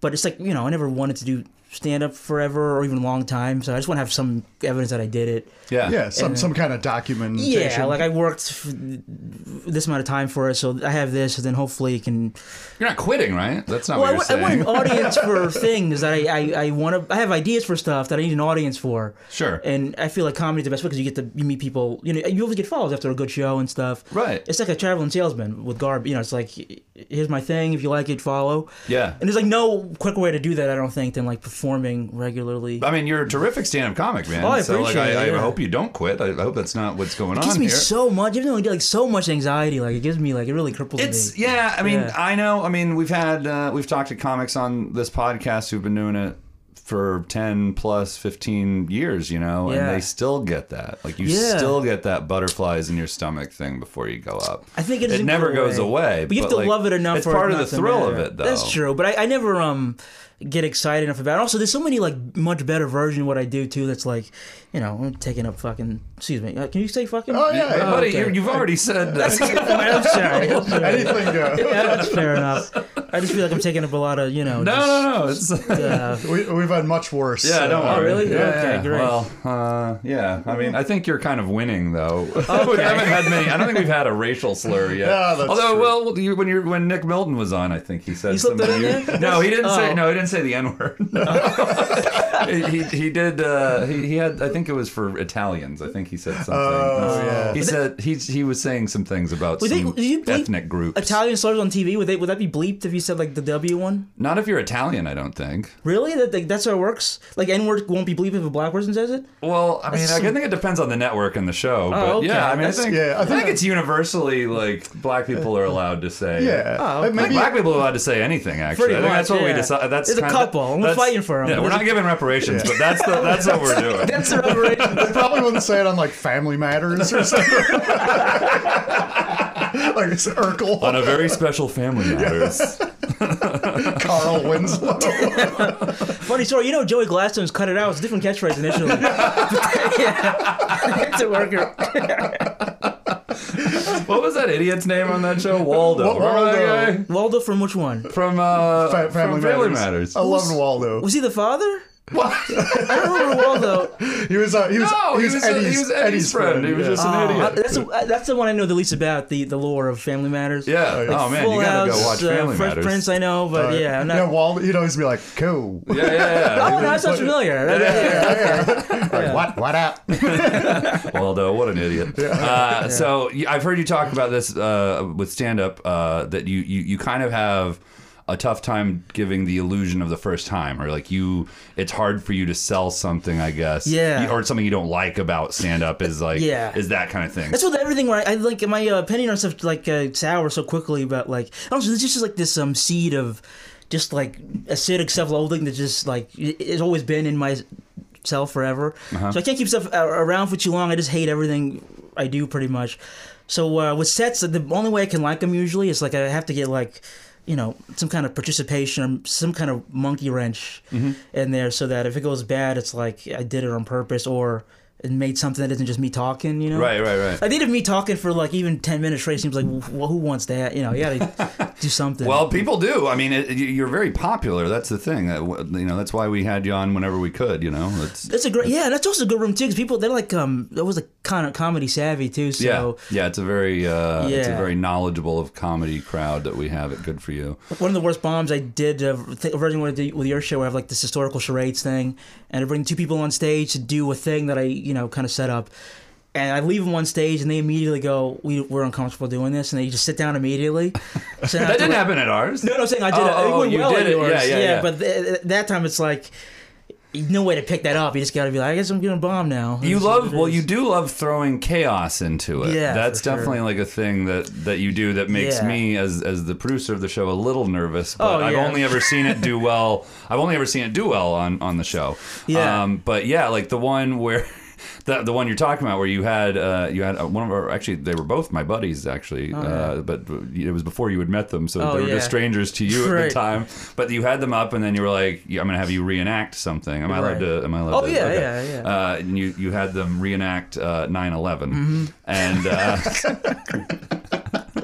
Speaker 3: But it's like you know, I never wanted to do stand up forever or even a long time. So I just want to have some evidence that I did it.
Speaker 1: yeah,
Speaker 2: Yeah, some some kind of documentation.
Speaker 3: Yeah, like I worked f- this amount of time for it, so I have this, and then hopefully it can.
Speaker 1: You're not quitting, right? That's not
Speaker 3: Well, I
Speaker 1: what
Speaker 3: want,
Speaker 1: you're
Speaker 3: I want
Speaker 1: saying.
Speaker 3: an audience for things that I, I, I want to. I have ideas for stuff that I need an audience for,
Speaker 1: sure,
Speaker 3: and I feel like comedy's the best way because you get to you meet people. You know, you always get follows after a good show and stuff.
Speaker 1: right?
Speaker 3: It's like a traveling salesman with garb. You know, it's like here's my thing. If you like it, follow.
Speaker 1: Yeah.
Speaker 3: And there's like no quicker way to do that, I don't think, than like performing regularly.
Speaker 1: I mean, you're a terrific stand-up comic, man.
Speaker 3: Oh, I
Speaker 1: so like,
Speaker 3: appreciate
Speaker 1: I,
Speaker 3: it,
Speaker 1: I
Speaker 3: yeah.
Speaker 1: hope you don't quit. I hope that's not what's going
Speaker 3: It
Speaker 1: on
Speaker 3: gives me
Speaker 1: here.
Speaker 3: so much, even though I get like so much anxiety. Like it gives me like it really cripples
Speaker 1: It's
Speaker 3: me.
Speaker 1: yeah. I mean,
Speaker 3: Yeah.
Speaker 1: I know. I mean, we've had uh, we've talked to comics on this podcast who've been doing it for 10 plus 15 years you know and
Speaker 3: Yeah.
Speaker 1: they still get that like you
Speaker 3: Yeah.
Speaker 1: still get that butterflies in your stomach thing before you go up
Speaker 3: I think it,
Speaker 1: it
Speaker 3: doesn't
Speaker 1: never
Speaker 3: go
Speaker 1: goes away
Speaker 3: But you have to
Speaker 1: like,
Speaker 3: love it enough.
Speaker 1: it's
Speaker 3: for
Speaker 1: part of
Speaker 3: it
Speaker 1: the
Speaker 3: not to
Speaker 1: thrill of
Speaker 3: matter.
Speaker 1: it though
Speaker 3: That's true. But I, I never um get excited enough about. it. Also, there's so many like much better version of what I do too. That's like, you know, I'm taking up fucking. Excuse me. Uh, can you say fucking?
Speaker 2: Oh, yeah, yeah.
Speaker 1: buddy
Speaker 3: okay.
Speaker 1: you you've already said that
Speaker 3: I'm sorry. I'm sorry.
Speaker 2: anything goes.
Speaker 3: Yeah, that's fair enough. I just feel like I'm taking up a lot of, you know.
Speaker 1: no
Speaker 3: just,
Speaker 1: no no it's
Speaker 3: Uh,
Speaker 2: We, we've had much worse.
Speaker 1: yeah don't
Speaker 2: uh,
Speaker 1: worry
Speaker 3: oh, really?
Speaker 1: yeah,
Speaker 3: Okay,
Speaker 1: yeah.
Speaker 3: great.
Speaker 1: well uh, yeah i mean i think you're kind of winning though we haven't had many i don't think we've had a racial slur yet
Speaker 2: Yeah, that's
Speaker 1: although
Speaker 2: true.
Speaker 1: well you, when you when nick milton was on i think he said
Speaker 3: He slipped
Speaker 1: something
Speaker 3: that in
Speaker 1: you-
Speaker 3: there?
Speaker 1: no he didn't say
Speaker 3: Oh.
Speaker 1: no he didn't say the n-word he, he, he did uh, he, he had i think it was for italians i think he said something Uh,
Speaker 2: Oh, yeah.
Speaker 1: he said he, he was saying some things about
Speaker 3: Would they-
Speaker 1: some
Speaker 3: would you bleep
Speaker 1: ethnic groups
Speaker 3: Italian slurs on TV would they would that be bleeped if you said like the W one?
Speaker 1: not if you're italian i don't think
Speaker 3: Really? That like, that's how it works. Like N word won't be bleeped if a black person says it.
Speaker 1: Well, I mean,
Speaker 3: That's
Speaker 1: I
Speaker 3: some- Oh,
Speaker 1: think it depends on the network and the show, but
Speaker 3: okay.
Speaker 1: yeah, I mean, I
Speaker 3: That's-
Speaker 1: think,
Speaker 2: yeah, I
Speaker 1: I think
Speaker 2: think-
Speaker 1: it's universally like black people are allowed to say.
Speaker 2: Yeah.
Speaker 3: Oh,
Speaker 2: Maybe-
Speaker 1: black people are allowed to say anything. Actually,
Speaker 3: Pretty
Speaker 1: I think
Speaker 3: much,
Speaker 1: that's what we
Speaker 3: yeah.
Speaker 1: decide. That's
Speaker 3: There's a
Speaker 1: kinda-
Speaker 3: couple, and we're
Speaker 1: that's-
Speaker 3: fighting for 'em.
Speaker 1: Yeah, we're
Speaker 3: There's
Speaker 1: not giving reparations, but that's the that's what we're doing.
Speaker 3: That's an overrated.
Speaker 2: They probably wouldn't say it on like Family Matters or something. like it's Urkel,
Speaker 1: On a very special family matters.
Speaker 2: Carl Winslow.
Speaker 3: Funny story. You know Joey Gladstone's cut it out. It's a different catchphrase initially. yeah. it's a worker.
Speaker 1: what was that idiot's name on that show? Waldo.
Speaker 2: Wa-
Speaker 1: Remember that
Speaker 2: Waldo.
Speaker 1: guy?
Speaker 3: Waldo from which one?
Speaker 1: From, uh,
Speaker 2: Fa-
Speaker 1: from Family Matters.
Speaker 2: I loved Waldo.
Speaker 3: Was he the father? I don't remember Waldo.
Speaker 2: He was uh, he was,
Speaker 1: No,
Speaker 2: he was, Eddie's,
Speaker 1: he was Eddie's friend. He was
Speaker 2: yeah.
Speaker 1: just an
Speaker 3: Oh,
Speaker 1: idiot.
Speaker 3: that's, the- that's the one I know the least about the, the lore of Family Matters.
Speaker 1: Yeah. oh man,
Speaker 3: Full
Speaker 1: you gotta
Speaker 3: House,
Speaker 1: go watch
Speaker 3: uh,
Speaker 1: Family
Speaker 3: Fresh
Speaker 1: Matters.
Speaker 3: Prince, I know, but
Speaker 2: Uh,
Speaker 3: yeah, I'm not.
Speaker 2: yeah, Waldo. He'd always be like, "Cool."
Speaker 1: Yeah, yeah,
Speaker 3: oh, no, that sounds familiar. That- that-
Speaker 2: Like, what? What up?
Speaker 1: yeah. Waldo, what an idiot. Uh, so y- I've heard you talk about this uh, with stand-up uh, that you, you you kind of have a tough time giving the illusion of the first time, or like you, it's hard for you to sell something, I guess.
Speaker 3: Yeah.
Speaker 1: You- or something you don't like about stand-up is like,
Speaker 3: Yeah.
Speaker 1: is that kind of thing.
Speaker 3: That's with everything where I, I like my uh, opinion on stuff like uh, sour so quickly about like I don't know there's just like this um seed of just like acidic self loathing that just like i- it's always been in my self forever.
Speaker 1: Uh-huh.
Speaker 3: So I can't keep stuff a- around for too long. I just hate everything I do pretty much. So uh, with sets, the only way I can like them usually is like I have to get like you know some kind of participation or some kind of monkey wrench
Speaker 1: Mm-hmm.
Speaker 3: in there so that if it goes bad, it's like I did it on purpose or. It made something that isn't just me talking, you know.
Speaker 1: Right, right, right.
Speaker 3: I think of me talking for like even ten minutes straight seems like well, who wants that? You know, you gotta do something.
Speaker 1: Well, people do. I mean, it, you- you're very popular. That's the thing. That, w- you know, that's why we had you on whenever we could. You know, it's,
Speaker 3: that's a great. Yeah, that's also a good room too because people they're like um that was like kind of comedy savvy too. So
Speaker 1: yeah, yeah. It's a very, uh, it's a
Speaker 3: Yeah.
Speaker 1: very knowledgeable of comedy crowd that we have. It good for you.
Speaker 3: one of the worst bombs I did uh, th- originally with, the, with your show, I have like this historical charades thing, and I bring two people on stage to do a thing that I you know kind of set up, and I leave them on stage, and they immediately go, "We we're uncomfortable doing this," and they just sit down immediately. So now I have
Speaker 1: That
Speaker 3: to,
Speaker 1: didn't
Speaker 3: like,
Speaker 1: happen at ours.
Speaker 3: No, no, I'm saying I did
Speaker 1: Oh,
Speaker 3: it. it.
Speaker 1: oh,
Speaker 3: went
Speaker 1: you
Speaker 3: well
Speaker 1: did
Speaker 3: at
Speaker 1: it.
Speaker 3: yours.
Speaker 1: Yeah, yeah, yeah.
Speaker 3: But th- th- that time it's like no way to pick that up. You just got to be like, I guess I'm gonna bomb now.
Speaker 1: You
Speaker 3: That's
Speaker 1: love
Speaker 3: what it
Speaker 1: well,
Speaker 3: is.
Speaker 1: you do love throwing chaos into it.
Speaker 3: Yeah,
Speaker 1: that's
Speaker 3: for sure.
Speaker 1: definitely like a thing that that you do that makes
Speaker 3: Yeah.
Speaker 1: me as as the producer of the show a little nervous. But
Speaker 3: Oh,
Speaker 1: I've
Speaker 3: yeah.
Speaker 1: only ever seen it do well. I've only ever seen it do well on on the show. Um,
Speaker 3: Yeah.
Speaker 1: but yeah, like the one where. The, the one you're talking about where you had uh, you had uh, one of our actually they were both my buddies actually uh, but it was before you had met them so
Speaker 3: Oh,
Speaker 1: they were
Speaker 3: yeah.
Speaker 1: just strangers to you at
Speaker 3: Right.
Speaker 1: the time but you had them up and then you were like yeah, I'm gonna have you reenact something am I allowed
Speaker 3: Right.
Speaker 1: to am I allowed
Speaker 3: Oh,
Speaker 1: to
Speaker 3: yeah, yeah, yeah.
Speaker 1: uh, and you, you had them reenact uh, 9-11 and uh,
Speaker 3: Mm-hmm.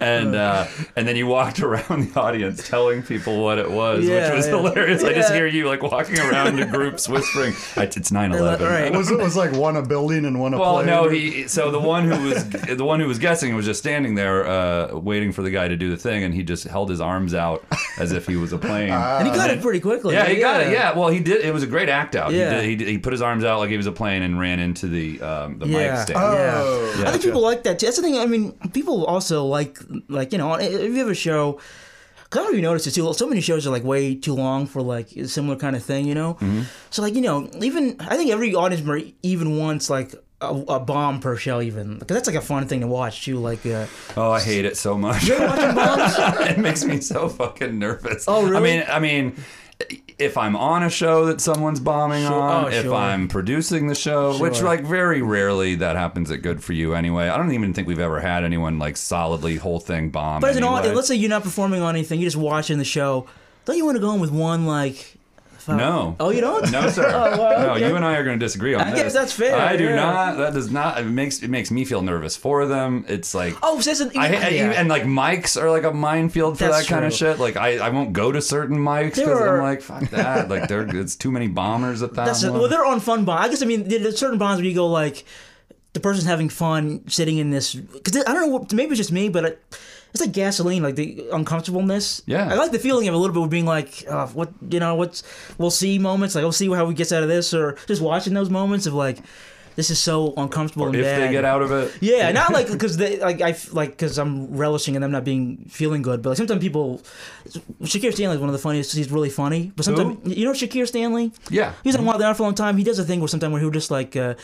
Speaker 1: and uh, and then you walked around the audience telling people what it was
Speaker 3: Yeah,
Speaker 1: which was
Speaker 3: yeah.
Speaker 1: hilarious i just
Speaker 3: Yeah.
Speaker 1: hear you like walking around in groups whispering "It's- it's 9-11
Speaker 3: Right.
Speaker 2: Was it was like one a building and one a
Speaker 1: well,
Speaker 2: plane?
Speaker 1: no, he. So the one who was the one who was guessing was just standing there, uh, waiting for the guy to do the thing, and he just held his arms out as if he was a plane.
Speaker 3: And he got it pretty quickly.
Speaker 1: Uh, Yeah, he got it. Yeah, well, he did. It was a great act out.
Speaker 3: Yeah.
Speaker 1: He, did, he, did, he put his arms out like he was a plane and ran into the um, the mic
Speaker 3: Yeah.
Speaker 1: stand.
Speaker 2: Oh.
Speaker 3: I think people like that too. That's the thing. I mean, people also like like you know, if you have a show, 'cause I don't know if you noticed it too. So many shows are like way too long for like a similar kind of thing, you know.
Speaker 1: Mm-hmm.
Speaker 3: So like you know, even I think every audience member even wants like a, a bomb per show, even because that's like a fun thing to watch too. Like uh,
Speaker 1: Oh, I hate it so much.
Speaker 3: you ever watching bombs?
Speaker 1: it makes me so fucking nervous.
Speaker 3: Oh, really?
Speaker 1: I mean, I mean, if I'm on a show that someone's bombing on,
Speaker 3: Oh,
Speaker 1: if
Speaker 3: sure.
Speaker 1: I'm producing the show, which
Speaker 3: Sure.
Speaker 1: like very rarely that happens at Good for You anyway. I don't even think we've ever had anyone like solidly whole thing bomb.
Speaker 3: But as an
Speaker 1: anyway.
Speaker 3: audience, let's say you're not performing on anything, you're just watching the show. Don't you want to go in with one like? fuck-
Speaker 1: No.
Speaker 3: Oh, you don't?
Speaker 1: No, sir.
Speaker 3: well,
Speaker 1: no,
Speaker 3: okay.
Speaker 1: you and I are going to disagree on
Speaker 3: I
Speaker 1: this.
Speaker 3: guess that's fair,
Speaker 1: I do
Speaker 3: yeah.
Speaker 1: not. That does not. It makes it makes me feel nervous for them. It's like
Speaker 3: Oh, so that's an,
Speaker 1: I, I-
Speaker 3: yeah.
Speaker 1: and like mics are like a minefield for
Speaker 3: That's
Speaker 1: that kind of
Speaker 3: true.
Speaker 1: shit. Like I, I won't go to certain mics
Speaker 3: There
Speaker 1: because I'm
Speaker 3: are-
Speaker 1: like fuck that. Like there, it's too many bombers at that
Speaker 3: That's
Speaker 1: one.
Speaker 3: well, they're on fun bond. I guess I mean there- there's certain bonds where you go like, the person's having fun sitting in this because I don't know. what- Maybe it's just me, but it, it's like gasoline, like the uncomfortableness.
Speaker 1: Yeah.
Speaker 3: I like the feeling of a little bit of being like, oh, what you know, what's we'll see moments like we'll see how he gets out of this, or just watching those moments of like, this is so uncomfortable. and
Speaker 1: if
Speaker 3: bad.
Speaker 1: they get out of it,
Speaker 3: Yeah, not like because they like I f- like because I'm relishing and them not being feeling good, but like sometimes people, Shakir Stanley is one of the funniest. He's really funny, but sometimes you know Shakir Stanley.
Speaker 1: yeah.
Speaker 3: He's on Wild Out for a long time. He does a thing where sometimes where he'll just like uh,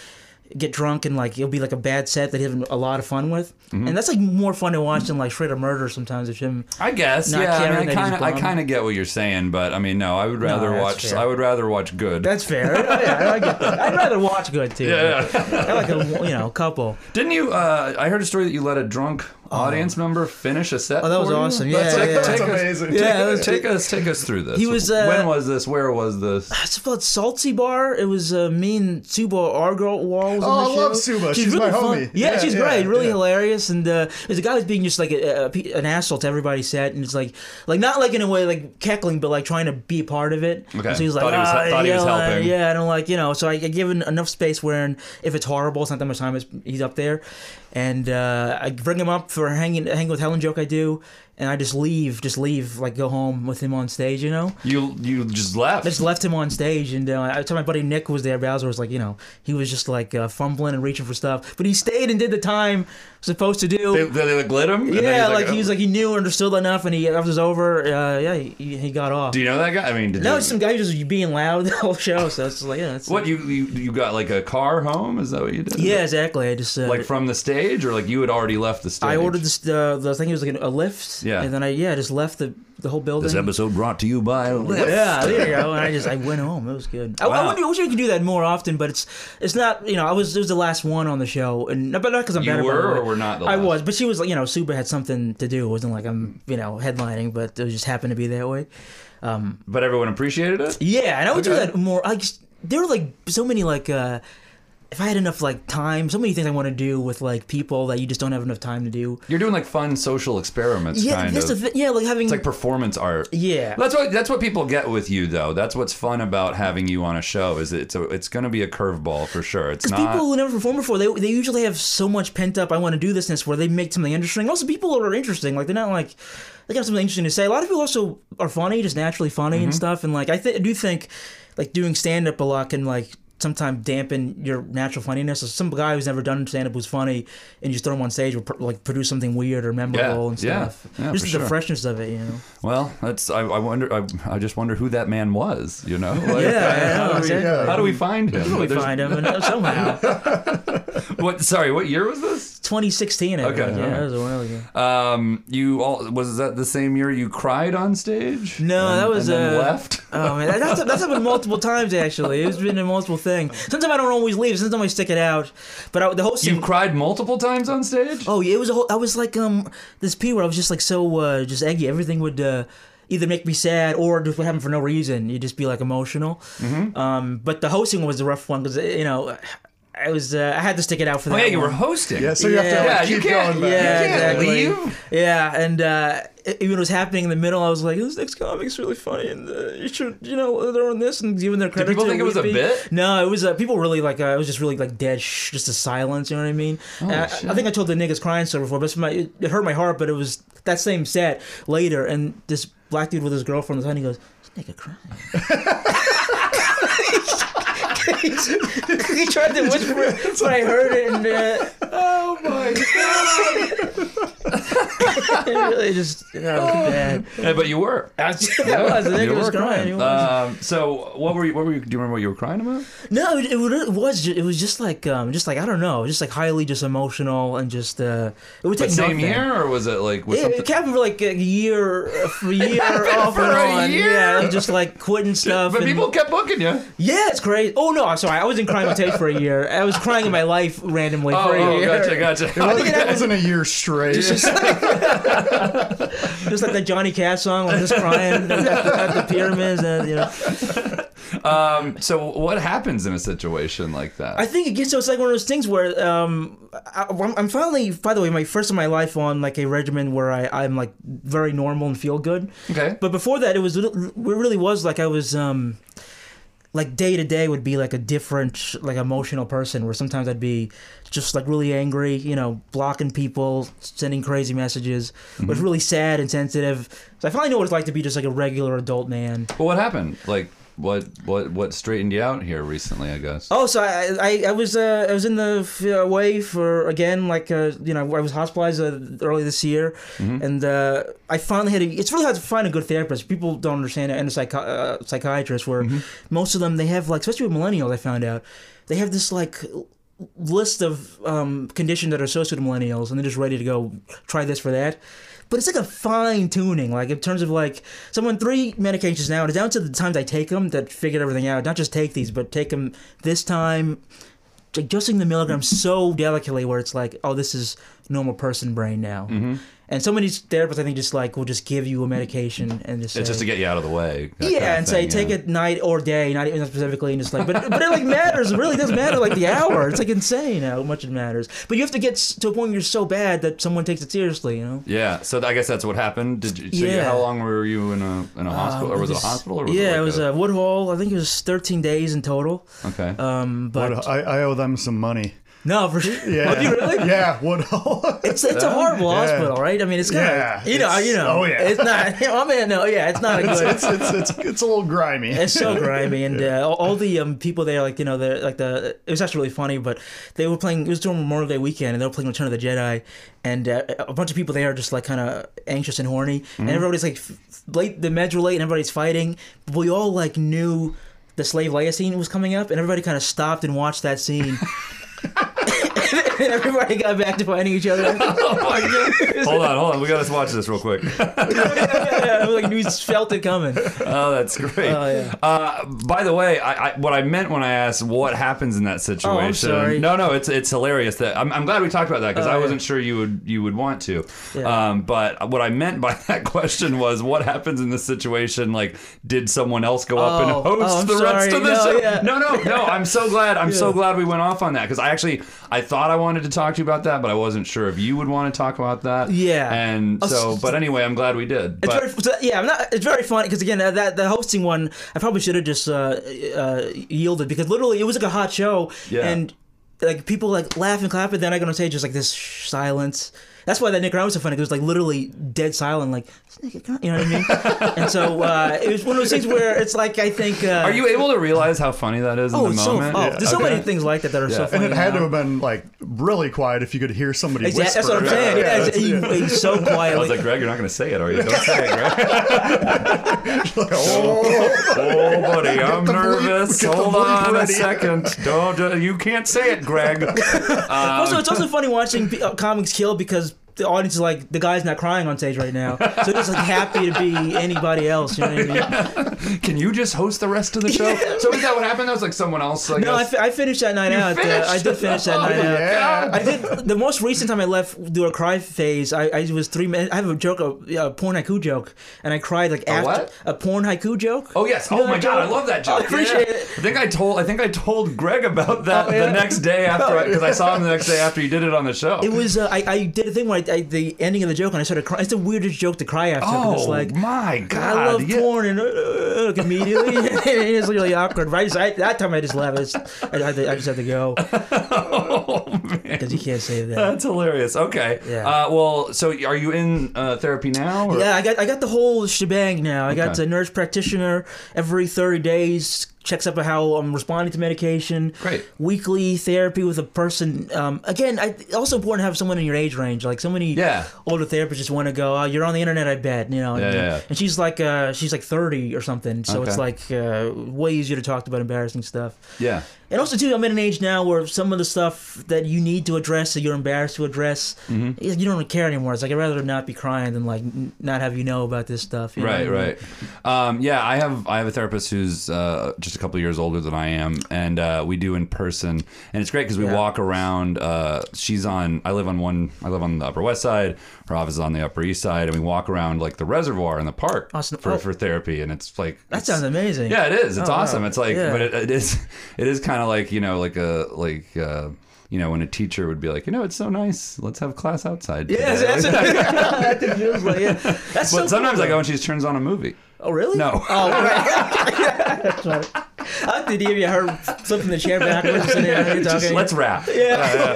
Speaker 3: get drunk and like it'll be like a bad set that he's having a lot of fun with, and that's like more fun to watch than like straight up murder sometimes. If him,
Speaker 1: I guess,
Speaker 3: Not
Speaker 1: yeah. I,
Speaker 3: caring
Speaker 1: mean, I
Speaker 3: that he's
Speaker 1: kind of, I
Speaker 3: gone.
Speaker 1: kind of get what you're saying, but I mean, no, I would rather
Speaker 3: that's
Speaker 1: watch.
Speaker 3: fair.
Speaker 1: I would rather watch good.
Speaker 3: that's fair. yeah, I get that. I'd rather watch good too.
Speaker 1: yeah.
Speaker 3: I like a you know couple.
Speaker 1: Didn't you? Uh, I heard a story that you let a drunk audience member finish a set?
Speaker 3: Oh, that was
Speaker 1: for you?
Speaker 3: awesome. Yeah,
Speaker 1: take,
Speaker 3: yeah.
Speaker 1: take
Speaker 2: That's
Speaker 1: us,
Speaker 2: amazing.
Speaker 1: Take,
Speaker 3: Yeah, that was-
Speaker 1: take us, take us through this.
Speaker 3: He was, uh,
Speaker 1: when was this? Where was this?
Speaker 3: It's about Salty Bar. It was uh, me and Suba Argirl Walls.
Speaker 2: Oh,
Speaker 3: on
Speaker 2: I
Speaker 3: the
Speaker 2: love
Speaker 3: show.
Speaker 2: Suba. She's my
Speaker 3: fun.
Speaker 2: homie.
Speaker 3: Yeah,
Speaker 2: Yeah,
Speaker 3: she's
Speaker 2: yeah,
Speaker 3: great. Really
Speaker 2: yeah.
Speaker 3: hilarious. And uh, there's a guy who's being just like a, a, pe- an asshole to everybody's set, and it's like, like not like in a way like heckling, but like trying to be a part of it.
Speaker 1: Okay.
Speaker 3: And So he's like,
Speaker 1: Thought he was-
Speaker 3: "Ah,
Speaker 1: thought he was
Speaker 3: yeah,
Speaker 1: helping."
Speaker 3: Yeah, and I'm like, you know, so I, I give him enough space where if it's horrible, it's not that much time. It's, he's up there, and uh, I bring him up for hanging hanging with Helen joke I do, and I just leave, just leave, like go home with him on stage, you know.
Speaker 1: You you just left.
Speaker 3: I just left him on stage, and uh, I told my buddy Nick who was there. Bowser was like, you know, he was just like uh, fumbling and reaching for stuff, but he stayed and did the time supposed to do.
Speaker 1: they, they, they like lit him. and then
Speaker 3: yeah,
Speaker 1: he's
Speaker 3: like, he was
Speaker 1: "Oh."
Speaker 3: like he knew and understood enough, and he after it was over, uh, yeah, he, he got off.
Speaker 1: Do you know that guy? I mean, did
Speaker 3: now
Speaker 1: you,
Speaker 3: it's some guy who's just being loud the whole show, so it's just like yeah, it's,
Speaker 1: what you, you you got like a car home? Is that what you did?
Speaker 3: yeah, exactly. I just uh,
Speaker 1: Like from the stage, or like you had already left the stage.
Speaker 3: I ordered this uh, the thing it was like a lift,
Speaker 1: Yeah.
Speaker 3: and then I yeah I just left the the whole building.
Speaker 1: This episode brought to you by Lyft.
Speaker 3: Yeah, there you go. And I just I went home. It was good. I, I
Speaker 1: Wow.
Speaker 3: wonder- I wish we could do that more often, but it's it's not. You know, I was it was the last one on the show, and but not because I'm
Speaker 1: You
Speaker 3: better.
Speaker 1: were
Speaker 3: but-
Speaker 1: or were not the
Speaker 3: I
Speaker 1: last?
Speaker 3: was, but she was like you know, Suba had something to do. It wasn't like I'm you know headlining, but it just happened to be that way. Um,
Speaker 1: But everyone appreciated it.
Speaker 3: yeah, and I would do
Speaker 1: Okay.
Speaker 3: that more. I just, there were like so many like. uh if I had enough like time, so many things I want to do with like people that you just don't have enough time to do.
Speaker 1: You're doing like fun social experiments,
Speaker 3: Yeah,
Speaker 1: kind
Speaker 3: that's
Speaker 1: of.
Speaker 3: the thi- yeah, like having
Speaker 1: It's like performance art.
Speaker 3: yeah.
Speaker 1: That's what that's what people get with you though. That's what's fun about having you on a show is it's a, it's going to be a curveball for sure. It's
Speaker 3: Because
Speaker 1: not
Speaker 3: people who never perform before, they, they usually have so much pent up, I want to do this ness where they make something interesting. Also, people are interesting. Like, they're not like, they got something interesting to say. A lot of people also are funny, just naturally funny
Speaker 1: Mm-hmm.
Speaker 3: and stuff. And, like, I, th- I do think, like, doing stand up a lot can, like, sometimes dampen your natural funniness. So some guy who's never done stand up who's funny and you just throw him on stage will, pr- like, produce something weird or memorable and
Speaker 1: yeah,
Speaker 3: stuff.
Speaker 1: yeah,
Speaker 3: just
Speaker 1: for
Speaker 3: the
Speaker 1: sure.
Speaker 3: freshness of it, you know?
Speaker 1: Well, that's I, I wonder I, I just wonder who that man was, you know? Like,
Speaker 3: Yeah, I know,
Speaker 1: Oh, how, do we,
Speaker 3: exactly.
Speaker 1: how do we find him?
Speaker 3: We
Speaker 1: There's-
Speaker 3: find him and, somehow.
Speaker 1: What sorry, what year was this?
Speaker 3: 2016, I
Speaker 1: Okay,
Speaker 3: think. Yeah,
Speaker 1: alright.
Speaker 3: that was a while ago.
Speaker 1: Um you all was that the same year you cried on stage?
Speaker 3: No,
Speaker 1: And-
Speaker 3: that was,
Speaker 1: and then
Speaker 3: uh,
Speaker 1: left.
Speaker 3: Oh man, that- that's that's happened multiple times actually. It's been a multiple thing. Sometimes I don't always leave. Sometimes I stick it out. But I, the whole
Speaker 1: You
Speaker 3: scene.
Speaker 1: cried multiple times on stage?
Speaker 3: oh yeah, it was a whole. I was like um this P where I was just like so uh, just eggy. Everything would. Uh, Either make me sad or just what happened for no reason. You'd just be like emotional.
Speaker 1: Mm-hmm.
Speaker 3: Um, but the hosting was the rough one because you know I was uh, I had to stick it out for that.
Speaker 1: Oh, yeah, you
Speaker 3: one.
Speaker 1: were hosting.
Speaker 2: Yeah, so you have to like,
Speaker 1: Yeah, you
Speaker 2: keep
Speaker 1: can't-
Speaker 2: going back.
Speaker 3: Yeah,
Speaker 1: You can't
Speaker 3: exactly.
Speaker 1: leave.
Speaker 3: Yeah, and uh, it, when it was happening in the middle, I was like, "This next comic's really funny, and uh, you should, you know, they're on this and giving their credit."
Speaker 1: people
Speaker 3: to
Speaker 1: think it was a
Speaker 3: Weepy."
Speaker 1: bit?
Speaker 3: No, it was uh, people really like. Uh, it was just really like dead, sh- just a silence. You know what I mean? And I,
Speaker 1: Oh, shit.
Speaker 3: I think I told the niggas crying story before, but it's my, it, it hurt my heart. But it was that same set later, and this black dude with his girlfriend was behind, he goes, "This nigga crying." he tried to whisper, but I heard it, and uh,
Speaker 1: Oh my god.
Speaker 3: it really just you know, it
Speaker 1: Oh.
Speaker 3: was bad.
Speaker 1: Yeah, but you were.
Speaker 3: I was, I was, I think
Speaker 1: You
Speaker 3: it was
Speaker 1: were
Speaker 3: crying. It was-
Speaker 1: Um, so what were you? What were you? Do you remember what you were crying about?
Speaker 3: no, it, it was- it was ju- it was just like um, just like I don't know, just like highly just emotional and just uh, it would
Speaker 1: The
Speaker 3: take
Speaker 1: same
Speaker 3: nothing.
Speaker 1: year, or was it like with
Speaker 3: It,
Speaker 1: something?
Speaker 3: it happened for like a year, for a year off
Speaker 1: for
Speaker 3: and
Speaker 1: a
Speaker 3: on.
Speaker 1: year?
Speaker 3: Yeah, and just like quitting stuff.
Speaker 1: But
Speaker 3: and-
Speaker 1: people kept booking you.
Speaker 3: yeah, it's crazy. Oh no, I'm sorry, I wasn't crying on tape for a year. I was crying in my life randomly
Speaker 1: Oh,
Speaker 3: for a
Speaker 1: oh,
Speaker 3: year.
Speaker 1: gotcha,
Speaker 2: It
Speaker 1: gotcha.
Speaker 2: wasn't- It wasn't a year straight.
Speaker 3: Just like that Johnny Cash song, I'm just crying at the, at the pyramids. And, you know.
Speaker 1: um, so what happens in a situation like that?
Speaker 3: I think it gets so it's like one of those things where um I, I'm- I'm finally by the way my first of my life on like a regimen where I I'm like very normal and feel good.
Speaker 1: okay.
Speaker 3: But before that it was it really was like I was um like day to day would be like a different like emotional person where sometimes I'd be just like really angry, you know, blocking people, sending crazy messages, was really sad and sensitive. So I finally know what it's like to be just like a regular adult man.
Speaker 1: But what happened? Like what? What? What straightened you out here recently? I guess.
Speaker 3: Oh, so I I, I was uh, I was in the uh, way for again like uh, you know I was hospitalized uh, early this year, and uh, I finally had a, it's really hard to find a good therapist. People don't understand it, and a psychi- uh, psychiatrist where most of them they have like especially with millennials I found out they have this like list of um, conditions that are associated with millennials, and they're just ready to go try this for that. But it's like a fine tuning, like in terms of like someone three medications now, and it's down to the times I take them that figured everything out. Not just take these, but take them this time, adjusting the milligrams so delicately where it's like, oh, this is normal person brain now.
Speaker 1: Mm-hmm.
Speaker 3: And so many therapists, I think, just like will just give you a medication and just
Speaker 1: It's
Speaker 3: say-
Speaker 1: just to get you out of the way. that
Speaker 3: yeah,
Speaker 1: kind of
Speaker 3: and
Speaker 1: thing,
Speaker 3: say
Speaker 1: yeah.
Speaker 3: take it night or day, not even specifically, and just like, but but it like matters. It really does matter, like the hour. It's like insane how much it matters. But you have to get s- to a point where you're so bad that someone takes it seriously. You know.
Speaker 1: Yeah, so I guess that's what happened. Did you, so you-
Speaker 3: Yeah.
Speaker 1: how long were you in a in a hospital,
Speaker 3: Um,
Speaker 1: or was it a hospital? Or was
Speaker 3: yeah,
Speaker 1: it, like
Speaker 3: it was
Speaker 1: a,
Speaker 3: uh, Woodhall. I think it was 13 days in total.
Speaker 1: okay.
Speaker 3: Um, but
Speaker 2: What, I, I owe them some money.
Speaker 3: no, for sure.
Speaker 2: Yeah.
Speaker 3: Would you really?
Speaker 2: Yeah. What?
Speaker 3: It's it's a horrible
Speaker 2: Yeah.
Speaker 3: hospital, right? I mean, it's kind of
Speaker 2: Yeah,
Speaker 3: you know
Speaker 2: it's-
Speaker 3: you know.
Speaker 2: oh, yeah.
Speaker 3: It's not. I mean, no, yeah, it's not a good.
Speaker 2: it's, it's it's it's a little grimy.
Speaker 3: It's so grimy, and uh, all, all the um, people there, like you know, they're like the. It was actually really funny, but they were playing. It was during Memorial Day weekend, and they were playing Return of the Jedi, and uh, a bunch of people there are just like kind of anxious and horny, and everybody's like f- f- late. The meds were late, and everybody's fighting. But we all like knew the slave Leia scene was coming up, and everybody kind of stopped and watched that scene. and everybody got back to fighting each other.
Speaker 1: oh my god! hold on, hold on. We gotta watch this real quick.
Speaker 3: Yeah, like we just felt it coming.
Speaker 1: Oh, that's great.
Speaker 3: Oh, yeah.
Speaker 1: uh, by the way, I, I, what I meant when I asked what happens in that situation.
Speaker 3: Oh, sorry.
Speaker 1: No, no, it's it's hilarious. That I'm, I'm glad we talked about that because
Speaker 3: Oh,
Speaker 1: I
Speaker 3: yeah.
Speaker 1: wasn't sure you would you would want to.
Speaker 3: Yeah.
Speaker 1: Um, but what I meant by that question was what happens in this situation. Like, did someone else go up and
Speaker 3: Oh,
Speaker 1: host
Speaker 3: oh, I'm
Speaker 1: the rest
Speaker 3: sorry.
Speaker 1: of the
Speaker 3: No,
Speaker 1: show?
Speaker 3: yeah.
Speaker 1: No, no, no. I'm so glad. I'm so glad we went off on that because I actually I thought I wanted to talk to you about that, but I wasn't sure if you would want to talk about that.
Speaker 3: Yeah.
Speaker 1: And
Speaker 3: I'll
Speaker 1: so,
Speaker 3: s-
Speaker 1: but anyway, I'm glad we did.
Speaker 3: It's
Speaker 1: But-
Speaker 3: very, so, yeah, I'm not, it's very funny because again, uh, that the hosting one, I probably should have just uh, uh, yielded because literally it was like a hot show,
Speaker 1: Yeah.
Speaker 3: and like people like laugh and clap, and then I go on stage, just like this sh- silence. That's why that Nick Ryan was so funny because it was like literally dead silent, like you know what I mean. and so uh, it was one of those things where it's like I think. Uh,
Speaker 1: Are you able to realize how funny that is in
Speaker 3: Oh,
Speaker 1: the
Speaker 3: it's so,
Speaker 1: moment?
Speaker 3: oh there's so
Speaker 1: Okay.
Speaker 3: many things like that that are so
Speaker 1: Yeah.
Speaker 2: and
Speaker 3: funny.
Speaker 2: it had to
Speaker 3: now.
Speaker 2: have been like really quiet if you could hear somebody
Speaker 3: Exactly,
Speaker 2: whisper.
Speaker 3: that's what I'm saying. Yeah, it's- he- he's so quiet.
Speaker 1: I was
Speaker 3: like-
Speaker 1: like, Greg, you're not going to say it, are you? Don't say it, Greg.
Speaker 2: Oh,
Speaker 1: oh, buddy, I'm
Speaker 2: the bleep-
Speaker 1: nervous.
Speaker 2: get the
Speaker 1: Hold
Speaker 2: bleep
Speaker 1: on a
Speaker 2: ready.
Speaker 1: second. Don't, uh, you can't say it, Greg.
Speaker 3: also, it's also funny watching pe- uh, comics kill because the audience is like the guy's not crying on stage right now, so they're just like happy to be anybody else. You know what I mean?
Speaker 1: Can you just host the rest of the show? So is that what happened? That was like someone else. I
Speaker 3: No, I
Speaker 1: guess.
Speaker 3: fi- I finished that night out. uh, I did finish that
Speaker 1: Oh,
Speaker 3: night out.
Speaker 2: yeah.
Speaker 3: I did the most recent time I left do a cry phase. I, I was three minutes. I have a joke, a, a porn haiku joke, and I cried like after
Speaker 1: what?
Speaker 3: a porn haiku joke.
Speaker 1: Oh yes!
Speaker 3: You know
Speaker 1: Oh my
Speaker 3: that
Speaker 1: god! I
Speaker 3: joke?
Speaker 1: love that joke.
Speaker 3: I appreciate
Speaker 1: Yeah.
Speaker 3: it.
Speaker 1: I think I told I think I told Greg about that
Speaker 3: Oh, yeah. Oh,
Speaker 1: the next day after because I saw him the next day after you did it on the show.
Speaker 3: It was uh, I, I did a thing where I, I the ending of the joke and I started crying. It's the weirdest joke to cry after. 'cause
Speaker 1: oh
Speaker 3: it's like,
Speaker 1: my god!
Speaker 3: I love
Speaker 1: yeah.
Speaker 3: porn and uh, uh, uh, immediately. it's really awkward. Right? I, that time I just left. I just, I, had to- I just had to go because you can't say that.
Speaker 1: That's hilarious. Okay.
Speaker 3: Yeah.
Speaker 1: Uh, well, so are you in uh, therapy now? Or?
Speaker 3: Yeah, I got I got the whole shebang now. I got
Speaker 1: Okay.
Speaker 3: a nurse practitioner every thirty days checks up on how I'm responding to medication.
Speaker 1: Great.
Speaker 3: Weekly therapy with a person. Um, again, I it's also important to have someone in your age range. Like so many
Speaker 1: Yeah.
Speaker 3: older therapists just want to go. Oh, you're on the internet, I bet. You know.
Speaker 1: Yeah,
Speaker 3: and,
Speaker 1: yeah, yeah.
Speaker 3: and she's like uh, she's like thirty or something. So
Speaker 1: Okay.
Speaker 3: it's like uh, way easier to talk about embarrassing stuff.
Speaker 1: Yeah.
Speaker 3: And also too, I'm at an age now where some of the stuff that you need to address that you're embarrassed to address,
Speaker 1: Mm-hmm.
Speaker 3: you you don't care anymore. It's like I'd rather not be crying than like n- not have you know about this stuff. you know
Speaker 1: Right,
Speaker 3: what I mean?
Speaker 1: right.
Speaker 3: Mm-hmm.
Speaker 1: Um, yeah, I have I have a therapist who's uh, just a couple years older than I am, and uh, we do in person, and it's great because we
Speaker 3: Yeah.
Speaker 1: walk around. Uh, she's on. I live on one. I live on the Upper West Side. Her office is on the Upper East Side, and we walk around like the reservoir in the park
Speaker 3: Awesome.
Speaker 1: for
Speaker 3: Oh.
Speaker 1: for therapy, and it's like
Speaker 3: That
Speaker 1: it's-
Speaker 3: sounds amazing.
Speaker 1: Yeah, it is. It's
Speaker 3: Oh, wow.
Speaker 1: awesome. It's like,
Speaker 3: Yeah.
Speaker 1: but it, it is, it is kind of like you know, like a like. Uh, you know, when a teacher would be like, you know, it's so nice. Let's have class outside.
Speaker 3: Yeah,
Speaker 1: today."
Speaker 3: that's, that's, it feels like, yeah. That's so
Speaker 1: but sometimes
Speaker 3: cool,
Speaker 1: I go and she just turns on a movie.
Speaker 3: Oh really?
Speaker 1: No.
Speaker 3: Oh right. That's funny. I think you heard flipping the chair backwards and then you're talking.
Speaker 1: Let's wrap.
Speaker 3: yeah,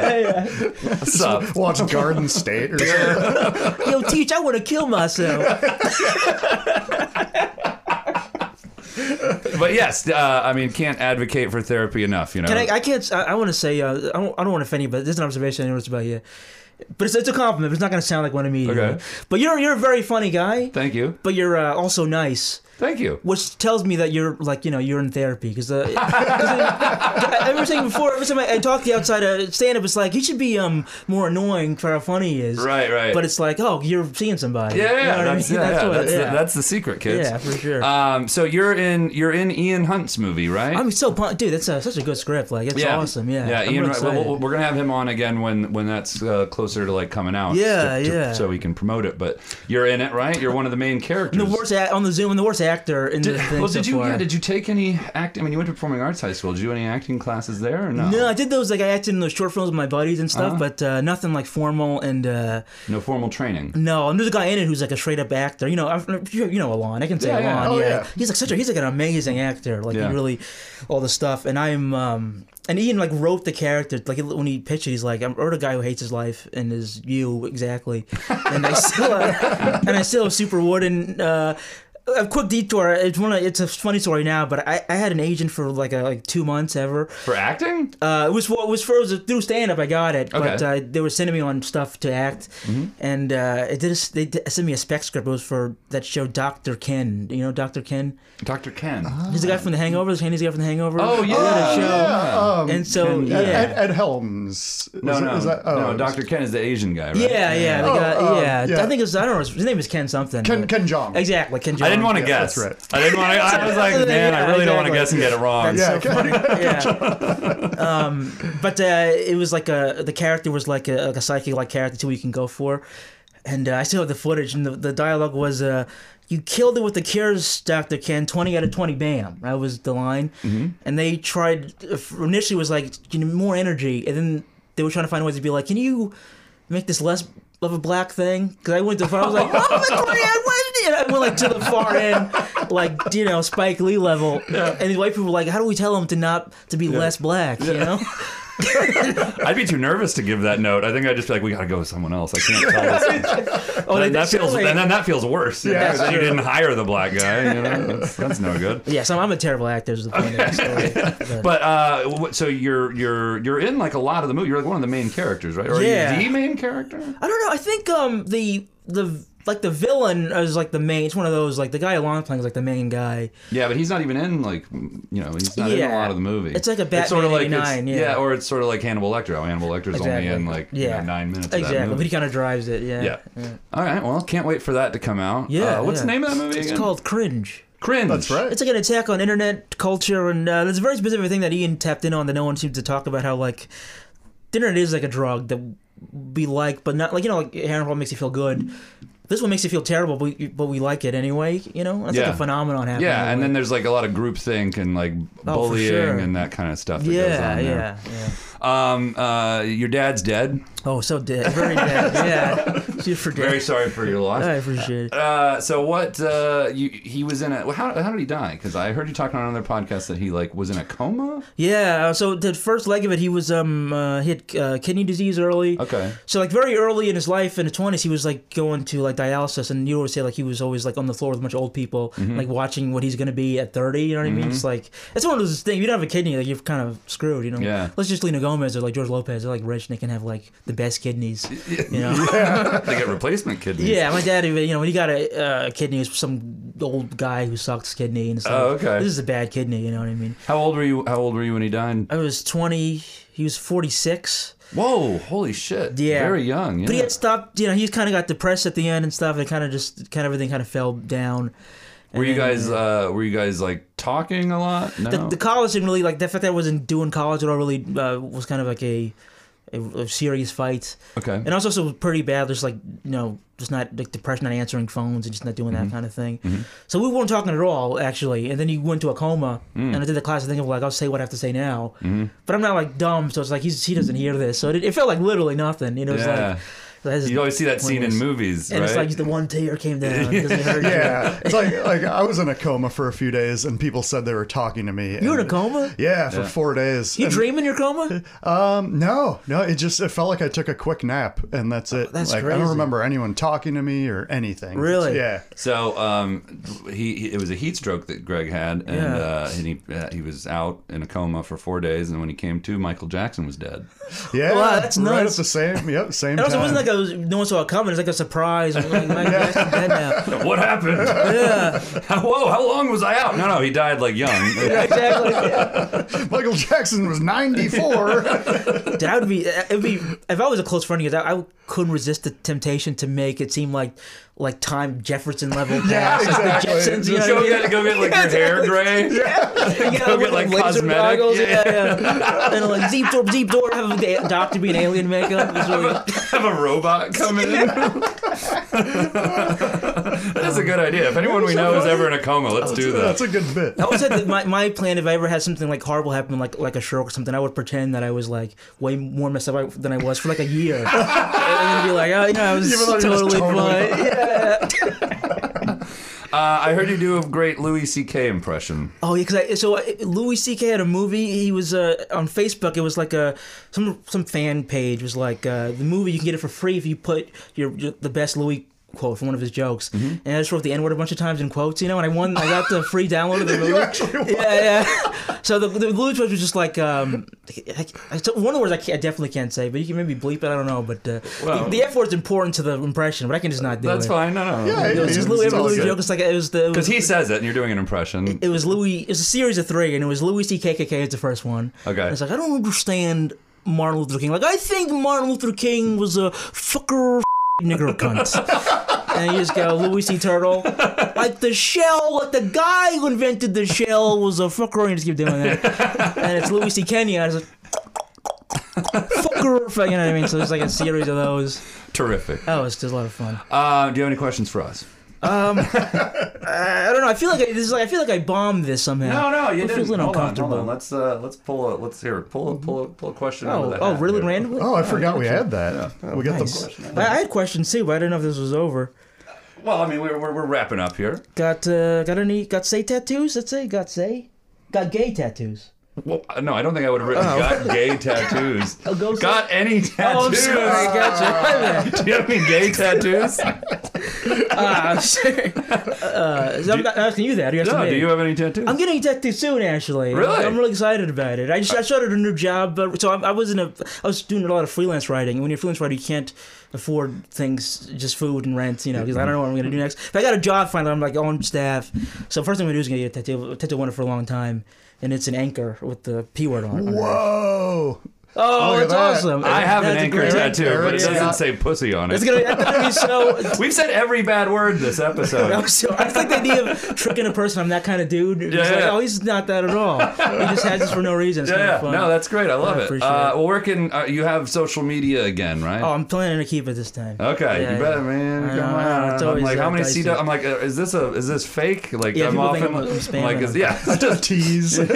Speaker 3: yeah, yeah.
Speaker 1: What's up?
Speaker 2: Watch Garden State or something.
Speaker 3: Yo, teach! I want to kill myself.
Speaker 1: But yes, uh, I mean, can't advocate for therapy enough. You know.
Speaker 3: Can I, I can't. I, I want to say. Uh, I don't. I don't want to offend you, but this is an observation. I know it's about you, but it's, it's a compliment. But it's not going to sound like one immediately.
Speaker 1: Okay.
Speaker 3: But you're you're a very funny guy.
Speaker 1: Thank you.
Speaker 3: But you're uh, also nice.
Speaker 1: Thank you.
Speaker 3: which tells me that you're like you know you're in therapy because uh, 'cause I, I remember saying before every time I, I talk to you outside of stand up it's like he should be um more annoying for how funny he is
Speaker 1: Right, right.
Speaker 3: but it's like oh you're seeing somebody
Speaker 1: yeah,
Speaker 3: You know
Speaker 1: yeah,
Speaker 3: what I
Speaker 1: that's,
Speaker 3: mean?
Speaker 1: yeah,
Speaker 3: That's
Speaker 1: yeah,
Speaker 3: what-
Speaker 1: that's,
Speaker 3: yeah.
Speaker 1: The, that's the secret, kids.
Speaker 3: Yeah, for sure.
Speaker 1: Um, so you're in you're in Ian Hunt's movie, right?
Speaker 3: I'm so pumped, dude. That's uh such a good script. Like, it's awesome. Yeah,
Speaker 1: yeah. Ian,
Speaker 3: I'm real
Speaker 1: Wright- well,
Speaker 3: excited.
Speaker 1: we'll- we're gonna have him on again when when that's uh, closer to like coming out.
Speaker 3: Yeah,
Speaker 1: to- to-
Speaker 3: yeah.
Speaker 1: So we can promote it. But you're in it, right? You're one of the main characters.
Speaker 3: the worst act, on the Zoom and the worst actor in the
Speaker 1: Did,
Speaker 3: thing
Speaker 1: well,
Speaker 3: so
Speaker 1: did you?
Speaker 3: far.
Speaker 1: Yeah, did you take any acting? I mean, you went to performing arts high school. Did you do any acting classes there or no?
Speaker 3: no, I did those like I acted in those short films with my buddies and
Speaker 1: Uh-huh.
Speaker 3: stuff, but uh, nothing like formal. And uh,
Speaker 1: No formal training.
Speaker 3: no, and there's a guy in it who's like a straight up actor. You know, I've, you you know Alon. I can say
Speaker 1: Yeah,
Speaker 3: Alon.
Speaker 1: yeah.
Speaker 3: Yeah.
Speaker 2: Oh, yeah.
Speaker 3: he's like such a he's like an amazing actor. Like
Speaker 1: Yeah.
Speaker 3: he really, all the stuff. And I'm um and Ian like wrote the character. Like when he pitched it, he's like I wrote a guy who hates his life and is you exactly. And I still uh, and I still have super wooden. Uh, a quick detour. It's one. Of, it's a funny story now, but I, I had an agent for like a, like two months ever,
Speaker 1: For acting?
Speaker 3: uh, it was for it was for it was through stand up. I got it, but
Speaker 1: Okay. Mm-hmm.
Speaker 3: uh, they were sending me on stuff to act, and uh, it did. They d- sent me a spec script. It was for that show Doctor Ken. You know Doctor Ken.
Speaker 1: Dr. Ken.
Speaker 3: He's the guy from The Hangover. The Chinese guy from The Hangover.
Speaker 1: Oh, yeah. Oh,
Speaker 3: He had a show.
Speaker 2: Yeah, um,
Speaker 3: And so
Speaker 1: Ken,
Speaker 3: yeah.
Speaker 2: Ed, Ed, Ed Helms.
Speaker 1: No,
Speaker 2: Is-
Speaker 1: no,
Speaker 2: is that- oh,
Speaker 1: no. Dr. Ken is the Asian guy, right?
Speaker 3: yeah, yeah, they
Speaker 2: Oh,
Speaker 3: got-
Speaker 2: um,
Speaker 3: yeah.
Speaker 2: yeah.
Speaker 3: I think it's I don't know. His name is Ken something.
Speaker 2: Ken
Speaker 3: but-
Speaker 2: Ken Jong.
Speaker 3: Exactly, Ken. John.
Speaker 1: I didn't want to
Speaker 2: Yeah,
Speaker 1: guess.
Speaker 2: that's
Speaker 1: I didn't want to. I was like,
Speaker 3: Yeah,
Speaker 1: man, I really don't want to
Speaker 3: exactly.
Speaker 1: guess and get it wrong.
Speaker 3: That's
Speaker 2: Yeah,
Speaker 3: so funny. yeah. Um, but uh, it was like a the character was like a, like a psychic like character too. You can go for, and uh, I still have the footage. And the, the dialogue was, uh, "You killed it with the cures, Doctor Ken. Twenty out of twenty, bam." That was the line. And they tried initially was like you know, more energy, and then they were trying to find ways to be like, "Can you make this less?" Of a black thing, because I went to far. I was like, "Oh, the Korean, what?" And I went like to the far end, like you know Spike Lee level. And the white people were like, "How do we tell him to not to be less black?" You know?
Speaker 1: I'd be too nervous to give that note. I think I'd just be like, we got to go with someone else. I can't tell this.
Speaker 3: Oh,
Speaker 1: And
Speaker 3: they-
Speaker 1: then that
Speaker 3: they-
Speaker 1: feels,
Speaker 3: they-
Speaker 1: and then that feels worse.
Speaker 2: Yeah,
Speaker 1: Yeah,
Speaker 2: that's
Speaker 1: you didn't hire the black guy. You know, that's, that's no good.
Speaker 3: yeah, so I'm a terrible actor. Is the point of the story.
Speaker 1: But uh, what- so you're you're you're in like a lot of the movie. You're like one of the main characters, right? Or are you
Speaker 3: Yeah.
Speaker 1: the main character?
Speaker 3: I don't know. I think um the the like the villain is like the main. It's one of those like the guy along playing is like the main guy.
Speaker 1: Yeah, but he's not even in like m- you know he's not in a
Speaker 3: Yeah.
Speaker 1: lot of the movie.
Speaker 3: It's like a
Speaker 1: It's sorta
Speaker 3: Batman
Speaker 1: like it's-
Speaker 3: 89, yeah.
Speaker 1: or it's sort of like Hannibal Lecter. How Hannibal Lecter's only
Speaker 3: Exactly.
Speaker 1: in like you know,
Speaker 3: Yeah.
Speaker 1: nine minutes. Of that
Speaker 3: Exactly, but
Speaker 1: movie.
Speaker 3: he kind of drives it. Yeah.
Speaker 1: Yeah. All right. Well, can't wait for that to come out.
Speaker 3: Yeah,
Speaker 1: Uh, what's
Speaker 3: yeah.
Speaker 1: the name of that movie?
Speaker 3: It's
Speaker 1: again?
Speaker 3: called cringe.
Speaker 1: Cringe.
Speaker 2: That's right.
Speaker 3: It's like an attack on internet culture, and uh, there's a very specific thing that Ian tapped in on that no one seems to talk about. How like the internet is like a drug that we like, but not like you know like Aaron Paul makes you feel good. This one makes you feel terrible, but we, but we like it anyway. You know, that's
Speaker 1: Yeah.
Speaker 3: like a phenomenon happening.
Speaker 1: Yeah, and
Speaker 3: like-
Speaker 1: then there's like a lot of groupthink and like
Speaker 3: Oh, for
Speaker 1: bullying
Speaker 3: sure.
Speaker 1: and that kind of stuff. That goes
Speaker 3: yeah,
Speaker 1: on there.
Speaker 3: yeah, yeah.
Speaker 1: Um, uh, your dad's dead.
Speaker 3: Oh, so dead, very dead. Yeah, Dude, for
Speaker 1: Very
Speaker 3: dead.
Speaker 1: sorry for your
Speaker 3: I
Speaker 1: loss.
Speaker 3: appreciate it.
Speaker 1: Uh, so what? Uh, you, he was in a. well, How, how did he die? Because I heard you talking on another podcast that he like was in a coma.
Speaker 3: Yeah, uh, so the first leg of it, he was um uh, he had uh, kidney disease early.
Speaker 1: Okay.
Speaker 3: So like very early in his life in the twenties, he was like going to like dialysis, and you always say like he was always like on the floor with a bunch of old people,
Speaker 1: Mm-hmm.
Speaker 3: like watching what he's gonna be at thirty. You know what I mean? It's like it's one of those things. If you don't have a kidney, like you're kind of screwed. You know?
Speaker 1: Yeah.
Speaker 3: Let's just Lena Gomez or like George Lopez. They're like rich and they can have like the best kidneys. You know?
Speaker 1: they get replacement kidneys.
Speaker 3: Yeah, my dad even you know when he got a uh, kidney, it was some old guy who sucked his kidney and it's like,
Speaker 1: Oh, okay.
Speaker 3: This is a bad kidney. You know what I mean?
Speaker 1: How old were you? How old were you when he died?
Speaker 3: I was twenty. He was forty six.
Speaker 1: Whoa! Holy shit!
Speaker 3: Yeah.
Speaker 1: Very young. Yeah.
Speaker 3: But he had stopped. You know, he kind of got depressed at the end and stuff. And kind of just kind of everything kind of fell down.
Speaker 1: were you
Speaker 3: And
Speaker 1: guys? Uh, were you guys like talking a lot? No.
Speaker 3: The, the college didn't really like the fact that I wasn't doing college at all. Really uh, was kind of like a, a, a serious fight.
Speaker 1: okay.
Speaker 3: And also, so pretty bad. Just like you know, just not like depression, not answering phones, and just not doing
Speaker 1: Mm-hmm.
Speaker 3: that kind of thing. So we weren't talking at all, actually. And then he went to a coma,
Speaker 1: Mm.
Speaker 3: and I did the class. I think of like, I'll say what I have to say now.
Speaker 1: Mm-hmm.
Speaker 3: But I'm not like dumb, so it's like he's, he doesn't hear this. So it, it felt like literally nothing. You know, it's
Speaker 1: Yeah.
Speaker 3: like that's-
Speaker 1: You always see that scene in
Speaker 3: pointless.
Speaker 1: movies,
Speaker 3: And
Speaker 1: right?
Speaker 3: it's like the one tear came down because it hurt.
Speaker 2: Yeah, it's like like I was in a coma for a few days, and people said they were talking to me.
Speaker 3: You were in
Speaker 2: and-
Speaker 3: a coma?
Speaker 2: Yeah, for four days.
Speaker 3: You
Speaker 2: And,
Speaker 3: dreaming your coma?
Speaker 2: um, no, no, it just it felt like I took a quick nap, and that's it.
Speaker 3: Oh, that's
Speaker 2: like I don't
Speaker 3: crazy.
Speaker 2: remember anyone talking to me or anything.
Speaker 3: Really?
Speaker 2: Yeah.
Speaker 1: So um, he, he- it was a heat stroke that Greg had, and,
Speaker 3: Yeah.
Speaker 1: uh, and he uh, he was out in a coma for four days, and when he came to, Michael Jackson was dead.
Speaker 2: Yeah.
Speaker 3: Wow, that's
Speaker 2: right
Speaker 3: nuts.
Speaker 2: at the same. Yep. Same.
Speaker 3: And also,
Speaker 2: time.
Speaker 3: wasn't like that was no one saw it coming. It's like a surprise. I'm like, my guy's dead now.
Speaker 1: What happened?
Speaker 3: Yeah,
Speaker 1: Whoa, how long was I out? No, no, he died like young.
Speaker 3: exactly.
Speaker 2: Michael Jackson was 94.
Speaker 3: Dude, I would be, uh, it'd be if I was a close friend of yours, I, I couldn't resist the temptation to make it seem like like time Jefferson level
Speaker 2: Yeah,
Speaker 3: pass, like the
Speaker 2: exactly.
Speaker 3: Jetsons. You know
Speaker 1: go
Speaker 3: what I mean?
Speaker 1: get, go get like your hair gray.
Speaker 3: You gotta
Speaker 1: go
Speaker 3: look
Speaker 1: get, like,
Speaker 3: laser
Speaker 1: cosmetic.
Speaker 3: goggles,
Speaker 1: Yeah.
Speaker 3: yeah, yeah. and like deep door, deep door, have a doctor be an alien makeup. It's really-
Speaker 1: Have a robot come in. that is a good idea. If anyone we know is ever in a coma,
Speaker 3: Oh,
Speaker 1: let's do
Speaker 2: That's
Speaker 1: that.
Speaker 2: a good bit.
Speaker 3: I always had the, my, my plan if I ever had something like horrible happen, like like a stroke or something, I would pretend that I was like way more messed up than I was for like a year, and then be like, oh, you know, I was
Speaker 2: Even though you're just
Speaker 3: totally
Speaker 2: totally
Speaker 3: fine. Yeah.
Speaker 1: Uh, I heard you do a great Louis C.K. impression.
Speaker 3: Oh yeah, because so uh, Louis C.K. had a movie. He was uh, on Facebook. It was like a some some fan page was like uh, the movie. You can get it for free if you put your, your the best Louis quote from one of his jokes.
Speaker 2: Mm-hmm.
Speaker 3: And I just wrote the N word a bunch of times in quotes, you know. And I won. I got the free download of the movie.
Speaker 2: You actually won.
Speaker 3: yeah, yeah. So the the Louis joke was just like um, I, I, so one of the words I, can't, I definitely can't say, but you can maybe bleep it. I don't know, but uh,
Speaker 1: Well-
Speaker 3: the, the F word's important to the impression, but I can just not do
Speaker 1: That's
Speaker 3: it.
Speaker 1: fine. No, no.
Speaker 2: Yeah, it
Speaker 3: It was
Speaker 2: is.
Speaker 3: just Louis,
Speaker 2: It's all
Speaker 3: Louis
Speaker 2: good.
Speaker 3: joke. It's like it was the it was
Speaker 1: Because he says it, and you're doing an impression.
Speaker 3: it was Louis. It was a series of three, and it was Louis C. KKK is the first one.
Speaker 1: Okay.
Speaker 3: And it's like I don't understand Martin Luther King. Like I think Martin Luther King was a fucker, nigger, cunt. and you just go Louis C. Turtle. Like the shell, like the guy who invented the shell was a fucker, and you just keep doing that. and it's Louis C. Kenny. I was like. Fucker, you know what I mean? So it's like a series of those.
Speaker 1: Terrific.
Speaker 3: Oh, it's just a lot of fun.
Speaker 1: Uh, do you have any questions for us? Um,
Speaker 3: I, I don't know. I feel like I, this is like I feel like I bombed this somehow.
Speaker 1: No, no, you
Speaker 3: I'm
Speaker 1: didn't. Hold
Speaker 3: feeling
Speaker 1: on, hold
Speaker 3: uncomfortable. Mm-hmm.
Speaker 1: on. Let's uh, let's pull a let's here pull a, pull a, pull a question. out of
Speaker 3: Oh,
Speaker 1: that
Speaker 3: oh,
Speaker 1: hat
Speaker 3: really
Speaker 1: here.
Speaker 3: randomly?
Speaker 2: Oh, I forgot we had that. we got
Speaker 3: Nice.
Speaker 2: the.
Speaker 3: I, I had questions too, but I didn't know if this was over.
Speaker 1: Well, I mean, we're, we're, we're wrapping up here.
Speaker 3: Got uh, got any got say tattoos? Let's say got say, got gay tattoos.
Speaker 1: Well, uh, no, I don't think I would have
Speaker 3: Oh.
Speaker 1: written got gay tattoos.
Speaker 3: go say-
Speaker 1: got any
Speaker 3: Oh, I'm
Speaker 1: tattoos?
Speaker 3: sorry, gotcha.
Speaker 1: Do you have any gay tattoos?
Speaker 3: Ah, I'm sorry. Uh, so I'm not asking you that. You're asking
Speaker 1: no,
Speaker 3: me.
Speaker 1: do you have any tattoos?
Speaker 3: I'm getting a tattoo soon, actually.
Speaker 1: Really? Uh,
Speaker 3: I'm really excited about it. I just I started a new job, but so I, I was in a I was doing a lot of freelance writing. And when you're a freelance writer, you can't afford things, just food and rent, you know, because I don't know what I'm gonna do next. But I got a job finally. I'm like on staff. So first thing I'm gonna do is gonna get a tattoo. Tattoo wanted for a long time, and it's an anchor with the p word on. it.
Speaker 2: Whoa.
Speaker 3: Oh,
Speaker 2: Look at
Speaker 3: that's
Speaker 2: that.
Speaker 3: awesome!
Speaker 1: I have an
Speaker 3: That's a
Speaker 1: anchor
Speaker 3: great-
Speaker 1: tattoo, but it
Speaker 2: Yeah.
Speaker 1: doesn't say pussy on
Speaker 3: It's
Speaker 1: it.
Speaker 3: gonna, that's gonna be so.
Speaker 1: We've said every bad word this
Speaker 3: I'm
Speaker 1: episode.
Speaker 3: so I just like the idea of tricking a person. I'm that kind of dude. It's
Speaker 1: Yeah,
Speaker 3: like,
Speaker 1: yeah.
Speaker 3: Oh, he's not that at all. He just has this for no reason. It's kind
Speaker 1: Yeah,
Speaker 3: of
Speaker 1: yeah.
Speaker 3: fun.
Speaker 1: no, that's great. I love
Speaker 3: I
Speaker 1: it.
Speaker 3: appreciate
Speaker 1: Uh,
Speaker 3: it.
Speaker 1: well, where can uh, you have social media again, right?
Speaker 3: Oh, I'm planning to keep it this time.
Speaker 1: Okay,
Speaker 3: Yeah,
Speaker 1: you
Speaker 3: yeah.
Speaker 1: better, man.
Speaker 3: I
Speaker 1: Come
Speaker 3: know, I know,
Speaker 1: on.
Speaker 3: it's
Speaker 1: I'm
Speaker 3: always
Speaker 1: like,
Speaker 3: that
Speaker 1: how many
Speaker 3: dicey.
Speaker 1: CW? I'm like, uh, is this a is this fake? Like,
Speaker 3: Yeah,
Speaker 1: I'm
Speaker 3: people
Speaker 1: often
Speaker 3: think I'm- I'm spamming
Speaker 1: like, is,
Speaker 3: them.
Speaker 1: yeah.
Speaker 2: Just tease.
Speaker 1: God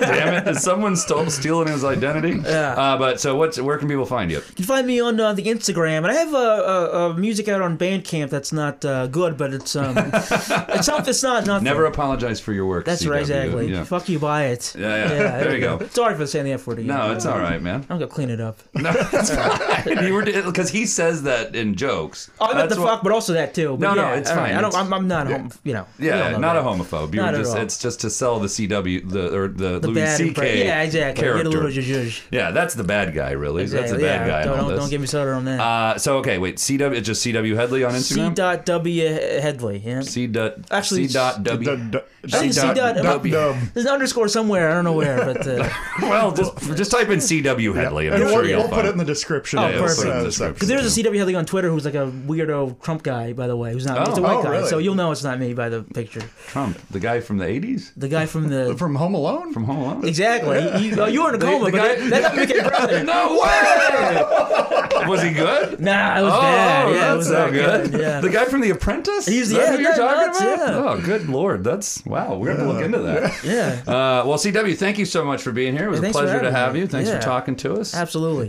Speaker 1: damn it! Is someone stole, stealing his identity?
Speaker 3: Yeah.
Speaker 1: Uh, but so what's where can people find you?
Speaker 3: You can find me on uh, the Instagram, and I have uh, uh, uh, music out on Bandcamp that's not uh, good, but it's um, it's not it's not nothing.
Speaker 1: Never apologize for your work.
Speaker 3: That's
Speaker 1: CW.
Speaker 3: right, exactly.
Speaker 1: Yeah.
Speaker 3: Fuck you, buy it.
Speaker 1: Yeah, yeah. There you go.
Speaker 3: Sorry for saying the F word again.
Speaker 1: No, it's all right, man.
Speaker 3: I'm gonna clean it up.
Speaker 1: No, it's fine. You were because he says that in jokes.
Speaker 3: Oh, I meant
Speaker 1: That's
Speaker 3: the
Speaker 1: what-
Speaker 3: fuck, but also that too. But
Speaker 1: No, no,
Speaker 3: yeah,
Speaker 1: it's
Speaker 3: all right.
Speaker 1: fine.
Speaker 3: I don't.
Speaker 1: It's-
Speaker 3: I'm, I'm not home. You know. we all
Speaker 1: Yeah,
Speaker 3: know
Speaker 1: not
Speaker 3: that.
Speaker 1: a homophobe. You
Speaker 3: Not
Speaker 1: were
Speaker 3: at
Speaker 1: just,
Speaker 3: all.
Speaker 1: it's just to sell the CW the or the,
Speaker 3: The
Speaker 1: Louis
Speaker 3: bad
Speaker 1: CK.
Speaker 3: impre- Yeah, exactly. Get
Speaker 1: Character.
Speaker 3: a little judge.
Speaker 1: yeah, that's the bad guy, really. That's the bad guy. in
Speaker 3: Don't,
Speaker 1: all
Speaker 3: don't,
Speaker 1: this.
Speaker 3: don't get me started on that.
Speaker 1: Uh, so okay, wait. CW, it's just CW Headley on
Speaker 3: C.
Speaker 1: Instagram.
Speaker 3: Dot W. E Headley. Yeah.
Speaker 1: C dot
Speaker 3: Actually,
Speaker 1: C dot
Speaker 2: D-
Speaker 1: W.
Speaker 2: d-
Speaker 3: think
Speaker 1: C dot
Speaker 3: C dot-
Speaker 1: W.
Speaker 2: dub.
Speaker 3: There's an underscore somewhere. I don't know where, but uh,
Speaker 1: Well, just just type in CW Headley, and I'm
Speaker 2: We'll,
Speaker 1: sure you'll
Speaker 2: we'll
Speaker 1: find
Speaker 2: put it in the description.
Speaker 1: Yeah,
Speaker 3: Oh,
Speaker 1: we'll put it in the
Speaker 2: Uh,
Speaker 1: description.
Speaker 3: because there's a CW Headley on Twitter who's like a weirdo Trump guy, by the way, who's not. it's a
Speaker 1: Oh.
Speaker 3: white
Speaker 2: Oh,
Speaker 3: guy,
Speaker 2: really?
Speaker 3: so you'll know it's not me by the picture.
Speaker 1: Trump, the guy from the '80s,
Speaker 3: The guy from the.
Speaker 2: From Home Alone?
Speaker 1: from Home Alone.
Speaker 3: Exactly. You, you, oh, you were in a coma,
Speaker 1: the
Speaker 3: but
Speaker 1: guy-
Speaker 3: that, that doesn't make it president.
Speaker 1: No way! Was he good?
Speaker 3: Nah, it was
Speaker 1: Oh,
Speaker 3: bad. Yeah, it
Speaker 1: that's
Speaker 3: was
Speaker 1: so
Speaker 3: not
Speaker 1: good.
Speaker 3: Yeah.
Speaker 1: The guy from The Apprentice?
Speaker 3: He's-
Speaker 1: Is that
Speaker 3: yeah,
Speaker 1: who you're
Speaker 3: yeah,
Speaker 1: talking
Speaker 3: nuts,
Speaker 1: about?
Speaker 3: yeah.
Speaker 1: Oh, good lord. That's wow. We're going to look into that.
Speaker 3: yeah.
Speaker 1: Uh, well, CW, thank you so much for being here. It was a
Speaker 3: Thanks for
Speaker 1: pleasure to
Speaker 3: having
Speaker 1: have
Speaker 3: me.
Speaker 1: you. Thanks
Speaker 3: Yeah.
Speaker 1: for talking to us.
Speaker 3: Absolutely.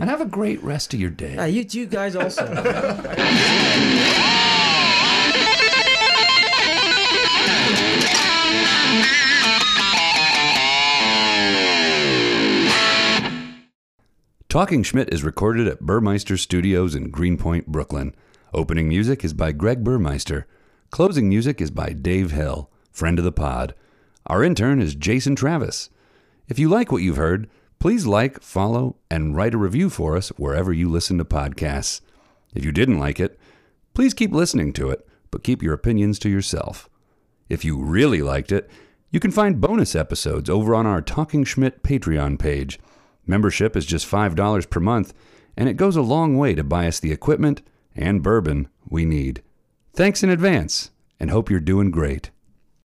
Speaker 1: And have a great rest of your day.
Speaker 3: Yeah, you, you guys also.
Speaker 1: Talking Schmidt is recorded at Burmeister Studios in Greenpoint, Brooklyn. Opening music is by Greg Burmeister. Closing music is by Dave Hill, friend of the pod. Our intern is Jason Travis. If you like what you've heard, please like, follow, and write a review for us wherever you listen to podcasts. If you didn't like it, please keep listening to it, but keep your opinions to yourself. If you really liked it, you can find bonus episodes over on our Talking Schmidt Patreon page. Membership is just $5 per month, and it goes a long way to buy us the equipment and bourbon we need. Thanks in advance, and hope you're doing great.